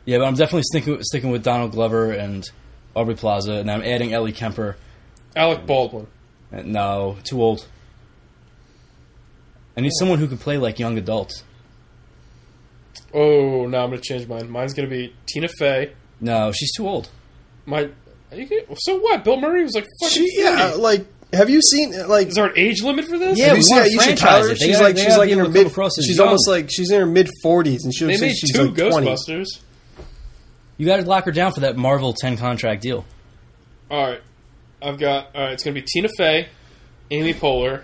[SPEAKER 2] Yeah, but I'm definitely sticking sticking with Donald Glover and Aubrey Plaza, and I'm adding Ellie Kemper.
[SPEAKER 1] Alec Baldwin.
[SPEAKER 2] Uh, No, too old. I need someone who can play like young adults.
[SPEAKER 1] Oh no, I'm gonna change mine. Mine's gonna be Tina Fey.
[SPEAKER 2] No, she's too old.
[SPEAKER 1] My, are you kidding? so what? Bill Murray was like fucking.
[SPEAKER 3] She, yeah, uh,
[SPEAKER 1] 40.
[SPEAKER 3] like have you seen like
[SPEAKER 1] Is there an age limit for this?
[SPEAKER 2] Yeah,
[SPEAKER 3] have
[SPEAKER 2] we
[SPEAKER 3] you seen
[SPEAKER 2] wanna
[SPEAKER 3] Aisha
[SPEAKER 2] franchise
[SPEAKER 3] Tyler?
[SPEAKER 2] it. They
[SPEAKER 3] She's
[SPEAKER 2] gotta-
[SPEAKER 3] like
[SPEAKER 2] they
[SPEAKER 3] she's
[SPEAKER 2] gotta
[SPEAKER 3] like
[SPEAKER 2] be
[SPEAKER 3] in
[SPEAKER 2] able
[SPEAKER 3] her
[SPEAKER 2] to come
[SPEAKER 3] mid.
[SPEAKER 2] across as
[SPEAKER 3] She's
[SPEAKER 2] young.
[SPEAKER 3] almost like she's in her mid forties, and she
[SPEAKER 1] they
[SPEAKER 3] looks like
[SPEAKER 1] made
[SPEAKER 3] she's
[SPEAKER 1] two
[SPEAKER 3] like twenty.
[SPEAKER 1] Ghostbusters.
[SPEAKER 2] You got to lock her down for that Marvel ten contract deal.
[SPEAKER 1] All right, I've got. All right, it's gonna be Tina Fey, Amy Poehler.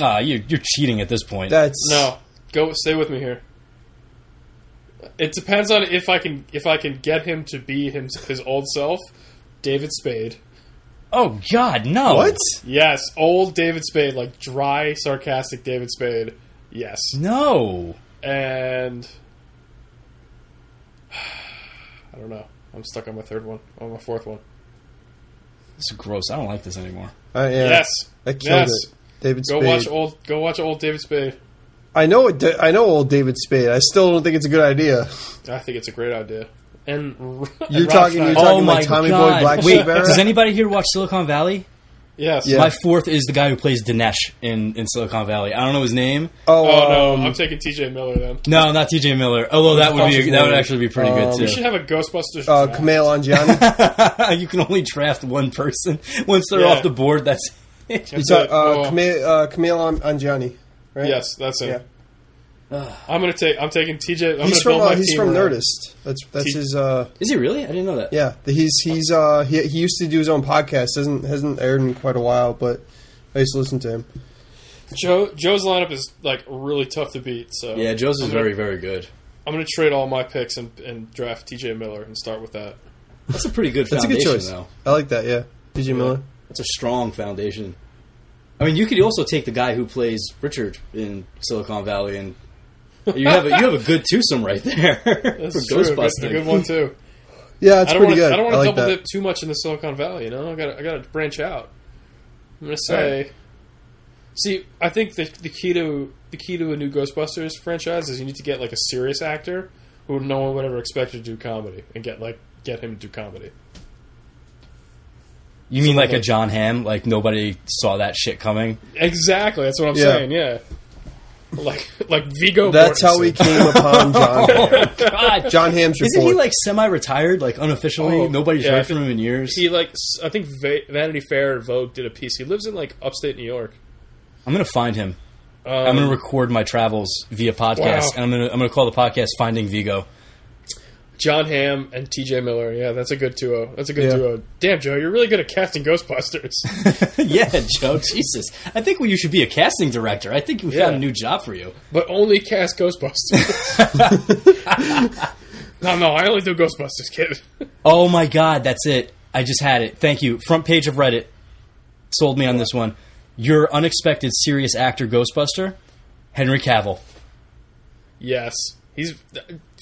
[SPEAKER 2] Ah, you you're cheating at this point.
[SPEAKER 3] That's
[SPEAKER 1] No, go stay with me here. It depends on if I can if I can get him to be him, his old self, David Spade.
[SPEAKER 2] oh God, no.
[SPEAKER 3] what.
[SPEAKER 1] Yes, old David Spade, like dry, sarcastic David Spade. Yes,
[SPEAKER 2] No.
[SPEAKER 1] and I don't know. I'm stuck on my third one, on my fourth one.
[SPEAKER 2] This is gross. I don't like this anymore.
[SPEAKER 3] Uh, yeah,
[SPEAKER 1] Yes,
[SPEAKER 3] I killed
[SPEAKER 1] yes.
[SPEAKER 3] it. David
[SPEAKER 1] Go
[SPEAKER 3] Spade.
[SPEAKER 1] watch old. Go watch old David Spade.
[SPEAKER 3] I know it. Da- I know old David Spade. I still don't think it's a good idea.
[SPEAKER 1] I think it's a great idea. And
[SPEAKER 3] You're talking- you're talking-
[SPEAKER 2] oh
[SPEAKER 3] like
[SPEAKER 2] my
[SPEAKER 3] Tommy Boy
[SPEAKER 2] God.
[SPEAKER 3] Black
[SPEAKER 2] Wait,
[SPEAKER 3] Sheep era?
[SPEAKER 2] does anybody here watch Silicon Valley?
[SPEAKER 1] Oh, Yes.
[SPEAKER 3] Yeah.
[SPEAKER 2] My fourth is the guy who plays Dinesh in, in Silicon Valley. I don't know his name.
[SPEAKER 3] Oh,
[SPEAKER 1] Oh no,
[SPEAKER 3] um,
[SPEAKER 1] I'm taking T.J. Miller then.
[SPEAKER 2] No, not T.J. Miller. Although that would be that would actually be pretty
[SPEAKER 3] Um,
[SPEAKER 2] good
[SPEAKER 1] We should
[SPEAKER 2] too.
[SPEAKER 1] have a Ghostbusters.
[SPEAKER 3] uh,
[SPEAKER 1] draft.
[SPEAKER 3] Kamel Anjiani.
[SPEAKER 2] you can only draft one person once they're
[SPEAKER 1] Yeah.
[SPEAKER 2] off the board. That's it.
[SPEAKER 3] He's, uh,
[SPEAKER 1] it. Oh.
[SPEAKER 3] uh, Kamel, uh, Kamel An- Anjiani. Right?
[SPEAKER 1] Yes, that's him.
[SPEAKER 2] Ugh.
[SPEAKER 1] I'm gonna take. I'm taking TJ. I'm gonna
[SPEAKER 3] he's from
[SPEAKER 1] build my
[SPEAKER 3] uh, he's
[SPEAKER 1] team
[SPEAKER 3] from
[SPEAKER 1] around-
[SPEAKER 3] Nerdist. That's that's
[SPEAKER 1] T-
[SPEAKER 3] his. Uh,
[SPEAKER 2] Is he really? I didn't know that.
[SPEAKER 3] yeah, he's he's uh, he, he used to do his own podcast. hasn't hasn't aired in quite a while, but I used to listen to him.
[SPEAKER 1] Joe Joe's lineup is like really tough to beat. So
[SPEAKER 2] Yeah, Joe's is
[SPEAKER 1] I'm gonna-
[SPEAKER 2] very very good.
[SPEAKER 1] I'm gonna trade all my picks and, and draft TJ Miller and start with that.
[SPEAKER 2] That's a pretty good
[SPEAKER 3] That's a good
[SPEAKER 2] foundation
[SPEAKER 3] choice.
[SPEAKER 2] though.
[SPEAKER 3] I like that. Yeah, PJ Miller.
[SPEAKER 2] That's a strong foundation. I mean, you could also take the guy who plays Richard in Silicon Valley, and you have a, you have a good twosome right there
[SPEAKER 1] That's
[SPEAKER 2] for
[SPEAKER 1] true. That's
[SPEAKER 2] Ghostbusters.
[SPEAKER 1] a good one too.
[SPEAKER 3] Yeah, that's
[SPEAKER 1] I don't want to.
[SPEAKER 3] pretty good.
[SPEAKER 1] I don't want to
[SPEAKER 3] like
[SPEAKER 1] double
[SPEAKER 3] that.
[SPEAKER 1] dip too much in the Silicon Valley. You know, I got to I got to branch out. I'm gonna say. See, I think the the key to the key to a new Ghostbusters franchise is you need to get like a serious actor who no one would ever expect to do comedy and get like get him to do comedy.
[SPEAKER 2] You mean like a John Hamm? Like nobody saw that shit coming?
[SPEAKER 1] Exactly. That's what I'm
[SPEAKER 3] Yeah.
[SPEAKER 1] saying. Yeah. Like like Vigo.
[SPEAKER 3] That's how we
[SPEAKER 1] Mortensen.
[SPEAKER 3] came upon John.
[SPEAKER 1] Oh,
[SPEAKER 3] Hamm.
[SPEAKER 2] God,
[SPEAKER 3] John Ham's
[SPEAKER 2] isn't he
[SPEAKER 3] report.
[SPEAKER 2] like semi-retired? Like unofficially,
[SPEAKER 1] Oh,
[SPEAKER 2] nobody's
[SPEAKER 1] yeah, I
[SPEAKER 2] heard
[SPEAKER 1] think
[SPEAKER 2] from him in years.
[SPEAKER 1] He like s- I think Va- Vanity Fair and Vogue did a piece. He lives in like upstate New York.
[SPEAKER 2] I'm gonna find him.
[SPEAKER 1] Um,
[SPEAKER 2] I'm gonna record my travels via podcast,
[SPEAKER 1] Wow.
[SPEAKER 2] and I'm gonna I'm gonna call the podcast Finding Vigo.
[SPEAKER 1] John Hamm and T.J. Miller. Yeah, that's a good duo. That's a good
[SPEAKER 3] Yeah.
[SPEAKER 1] duo. Damn, Joe, you're really good at casting Ghostbusters.
[SPEAKER 2] yeah, Joe. Jesus, I think you should be a casting director. I think we
[SPEAKER 1] Yeah.
[SPEAKER 2] found a new job for you.
[SPEAKER 1] but only cast Ghostbusters. no, no, I only do Ghostbusters, kid.
[SPEAKER 2] Oh my God, that's it. I just had it. Thank you. Front page of Reddit sold me on this one. Your unexpected serious actor Ghostbuster, Henry Cavill.
[SPEAKER 1] yes. He's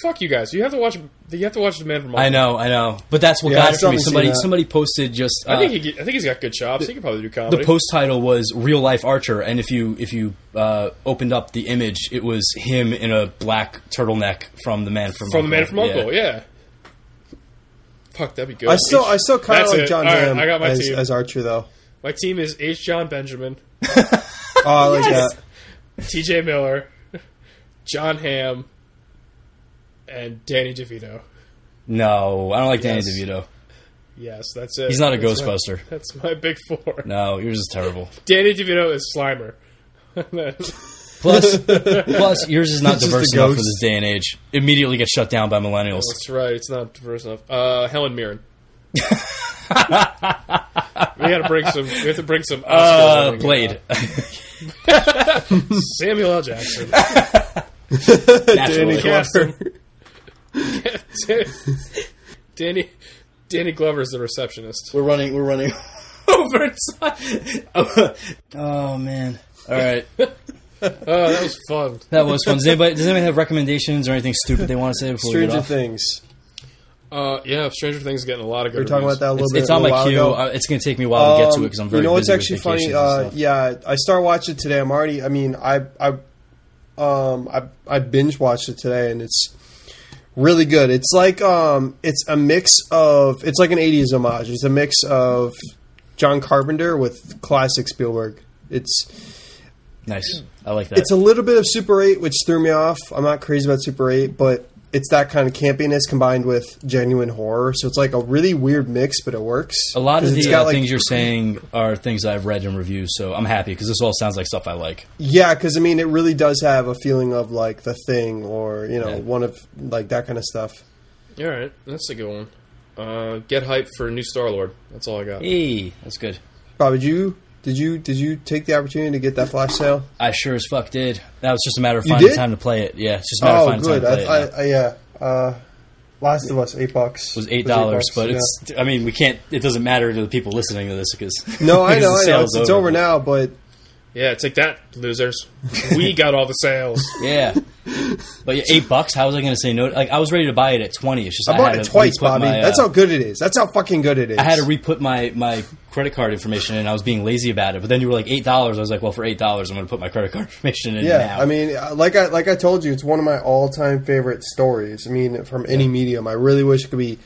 [SPEAKER 1] fuck you guys. You have to watch. You have to watch the man from.
[SPEAKER 2] I know, I know, but that's what
[SPEAKER 3] Yeah, I
[SPEAKER 2] got it
[SPEAKER 3] still
[SPEAKER 2] for me.
[SPEAKER 3] haven't seen
[SPEAKER 2] Somebody,
[SPEAKER 3] that.
[SPEAKER 2] somebody posted just.
[SPEAKER 1] I
[SPEAKER 2] uh,
[SPEAKER 1] think he, I think he's got good chops. he could probably do comedy.
[SPEAKER 2] the post title was "Real Life Archer," and if you if you uh, opened up the image, it was him in a black turtleneck from the man from
[SPEAKER 1] from the man
[SPEAKER 2] Uncle.
[SPEAKER 1] from Uncle. Yeah. Fuck, that'd be good.
[SPEAKER 3] I still, I
[SPEAKER 1] H-
[SPEAKER 3] still kind of
[SPEAKER 1] That's
[SPEAKER 3] like
[SPEAKER 1] it.
[SPEAKER 3] John
[SPEAKER 1] All right,
[SPEAKER 3] Hamm
[SPEAKER 1] I got my
[SPEAKER 3] as,
[SPEAKER 1] team.
[SPEAKER 3] as Archer though.
[SPEAKER 1] my team is H. John Benjamin,
[SPEAKER 3] Oh, I like that.
[SPEAKER 1] T.J. Miller, John Hamm, and Danny DeVito.
[SPEAKER 2] No, I don't like Danny
[SPEAKER 1] Yes.
[SPEAKER 2] DeVito.
[SPEAKER 1] Yes, that's it.
[SPEAKER 2] He's not a
[SPEAKER 1] That's my-
[SPEAKER 2] Ghostbuster.
[SPEAKER 1] that's my big four.
[SPEAKER 2] No, yours is terrible.
[SPEAKER 1] Danny DeVito is Slimer.
[SPEAKER 2] Plus, plus yours is not
[SPEAKER 3] It's just
[SPEAKER 2] diverse
[SPEAKER 3] a
[SPEAKER 2] enough for
[SPEAKER 3] ghost.
[SPEAKER 2] this day and age. Immediately gets shut down by millennials.
[SPEAKER 1] That's right. It's not diverse enough. Uh, Helen Mirren. we gotta bring some. We have to bring some. Oscars
[SPEAKER 2] Uh,
[SPEAKER 1] everything.
[SPEAKER 2] Blade.
[SPEAKER 1] Samuel L. Jackson.
[SPEAKER 2] Naturally.
[SPEAKER 1] Cast him. Danny. Danny Glover's the receptionist.
[SPEAKER 2] We're running. We're running over time. Oh, man! All right,
[SPEAKER 1] Oh, that was fun.
[SPEAKER 2] that was fun. Does anybody, does anybody have recommendations or anything stupid they want to say before we
[SPEAKER 3] Stranger
[SPEAKER 2] get off?
[SPEAKER 3] Things.
[SPEAKER 1] Uh, yeah, Stranger Things is getting a lot of good.
[SPEAKER 3] We were talking about
[SPEAKER 1] reviews.
[SPEAKER 3] that a little
[SPEAKER 2] It's,
[SPEAKER 3] bit.
[SPEAKER 2] it's
[SPEAKER 3] a
[SPEAKER 2] on
[SPEAKER 3] while
[SPEAKER 2] my queue.
[SPEAKER 3] ago.
[SPEAKER 2] Uh, It's going to take me a while to get to it because I'm
[SPEAKER 3] Um,
[SPEAKER 2] very.
[SPEAKER 3] You know what's
[SPEAKER 2] busy with
[SPEAKER 3] actually funny?
[SPEAKER 2] vacations and
[SPEAKER 3] Uh,
[SPEAKER 2] stuff.
[SPEAKER 3] yeah, I started watching it today. I'm already. I mean, I I um I I binge watched it today, and it's really good. It's like um it's a mix of it's like an '80s homage. It's a mix of John Carpenter with classic Spielberg. It's
[SPEAKER 2] Nice. I like that.
[SPEAKER 3] it's a little bit of Super 8, which threw me off. I'm not crazy about Super 8, but it's that kind of campiness combined with genuine horror. So it's like a really weird mix, but it works.
[SPEAKER 2] A lot
[SPEAKER 3] 'Cause
[SPEAKER 2] of
[SPEAKER 3] it's
[SPEAKER 2] the
[SPEAKER 3] got,
[SPEAKER 2] uh,
[SPEAKER 3] like-
[SPEAKER 2] things you're saying are things I've read in reviews, so I'm happy because this all sounds like stuff I like.
[SPEAKER 3] Yeah, because I mean, it really does have a feeling of like the thing, or you know,
[SPEAKER 2] Yeah.
[SPEAKER 3] one of like that kind of stuff.
[SPEAKER 1] All right, that's a good one. Uh, get hyped for a new Star Lord. That's all I got.
[SPEAKER 2] Hey, that's good.
[SPEAKER 3] Bob, did you did you did you take the opportunity to get that flash sale?
[SPEAKER 2] I sure as fuck did. That was just a matter of finding
[SPEAKER 3] did?
[SPEAKER 2] time to play it. Yeah, it's just a matter of
[SPEAKER 3] oh,
[SPEAKER 2] finding
[SPEAKER 3] good.
[SPEAKER 2] time to play
[SPEAKER 3] I, I,
[SPEAKER 2] it. It
[SPEAKER 3] I, yeah. Uh, Last of Us, eight bucks.
[SPEAKER 2] was eight dollars,
[SPEAKER 3] bucks,
[SPEAKER 2] but
[SPEAKER 3] yeah.
[SPEAKER 2] it's. I mean, we can't. It doesn't matter to the people listening to this because
[SPEAKER 3] no, I
[SPEAKER 2] because the
[SPEAKER 3] know, I know.
[SPEAKER 2] sale's
[SPEAKER 3] It's, it's over now, but
[SPEAKER 1] Yeah, take that, losers. We got all the sales.
[SPEAKER 2] Yeah, but yeah, eight bucks. How was I going to say no? Like I was ready to buy it at twenty. It's just I,
[SPEAKER 3] I bought
[SPEAKER 2] had
[SPEAKER 3] it
[SPEAKER 2] to
[SPEAKER 3] twice,
[SPEAKER 2] re-put
[SPEAKER 3] Bobby.
[SPEAKER 2] my, uh,
[SPEAKER 3] That's how good it is. That's how fucking good it is.
[SPEAKER 2] I had to re-put my my credit card information, and I was being lazy about it. But then you were like eight dollars. I was like, well, for eight dollars, I'm going to put my credit card information in
[SPEAKER 3] Yeah,
[SPEAKER 2] now.
[SPEAKER 3] I mean, uh, like I like I told you, it's one of my all time favorite stories. I mean, from any medium, I really wish it could be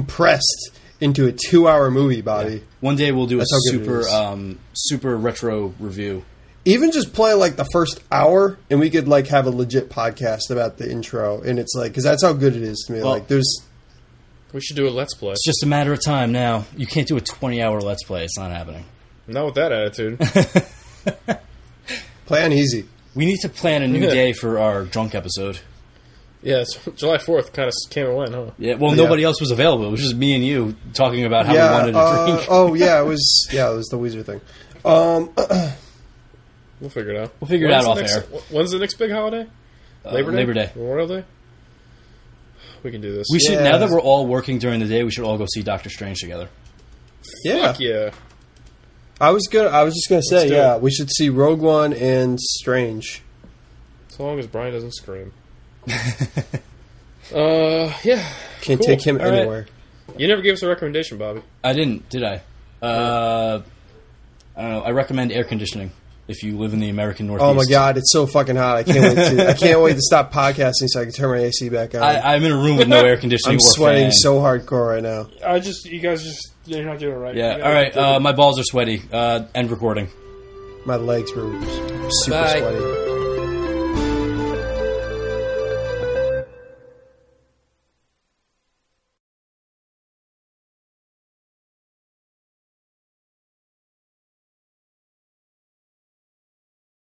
[SPEAKER 3] compressed into a two hour movie, Bobby.
[SPEAKER 2] One day we'll do a
[SPEAKER 3] That's how good it
[SPEAKER 2] super
[SPEAKER 3] is.
[SPEAKER 2] um, super retro review.
[SPEAKER 3] Even just play like the first hour, and we could like have a legit podcast about the intro, and it's like because that's how good it is to me.
[SPEAKER 2] Well-
[SPEAKER 3] like, there's
[SPEAKER 1] We should do a let's play.
[SPEAKER 2] It's just a matter of time now. You can't do a twenty hour let's play. It's not happening.
[SPEAKER 1] Not with that attitude.
[SPEAKER 3] plan easy.
[SPEAKER 2] We need to plan a new
[SPEAKER 1] Yeah.
[SPEAKER 2] day for our drunk episode.
[SPEAKER 1] Yeah, so July Fourth kind of came and went, huh?
[SPEAKER 2] Yeah. Well,
[SPEAKER 3] Yeah.
[SPEAKER 2] nobody else was available. It was just me and you talking about how
[SPEAKER 3] yeah.
[SPEAKER 2] we wanted a
[SPEAKER 3] uh,
[SPEAKER 2] drink.
[SPEAKER 3] oh yeah, it was yeah, it was the Weezer thing.
[SPEAKER 1] We'll figure it out. We'll
[SPEAKER 2] figure it out off air. Uh,
[SPEAKER 1] When's the next big holiday? Labor Day.
[SPEAKER 2] Labor Day.
[SPEAKER 1] Memorial Day. We can do this.
[SPEAKER 2] We should
[SPEAKER 3] Yeah.
[SPEAKER 2] now that we're all working during the day, we should all go see Doctor Strange together.
[SPEAKER 3] Yeah,
[SPEAKER 1] Fuck yeah.
[SPEAKER 3] I was good. I was just gonna say,
[SPEAKER 1] do
[SPEAKER 3] yeah,
[SPEAKER 1] it.
[SPEAKER 3] we should see Rogue One and Strange.
[SPEAKER 1] As long as Brian doesn't scream. uh, yeah.
[SPEAKER 3] Can't
[SPEAKER 1] Cool.
[SPEAKER 3] take him
[SPEAKER 1] All right.
[SPEAKER 3] anywhere.
[SPEAKER 1] You never gave us a recommendation, Bobby.
[SPEAKER 2] I didn't, did I? Uh, I don't know. I recommend air conditioning if you live in the American Northeast.
[SPEAKER 3] Oh my god, it's so fucking hot! I can't wait to I can't wait to stop podcasting so I can turn my AC back on. I,
[SPEAKER 2] I, I'm in a room with no air conditioning.
[SPEAKER 3] am
[SPEAKER 2] or
[SPEAKER 3] sweating
[SPEAKER 2] fan.
[SPEAKER 3] so hardcore right now.
[SPEAKER 1] I just, you guys just, you're not doing it right.
[SPEAKER 2] Yeah. All uh, right. Uh, my balls are sweaty. Uh, end recording.
[SPEAKER 3] My legs were super
[SPEAKER 1] Bye.
[SPEAKER 3] sweaty.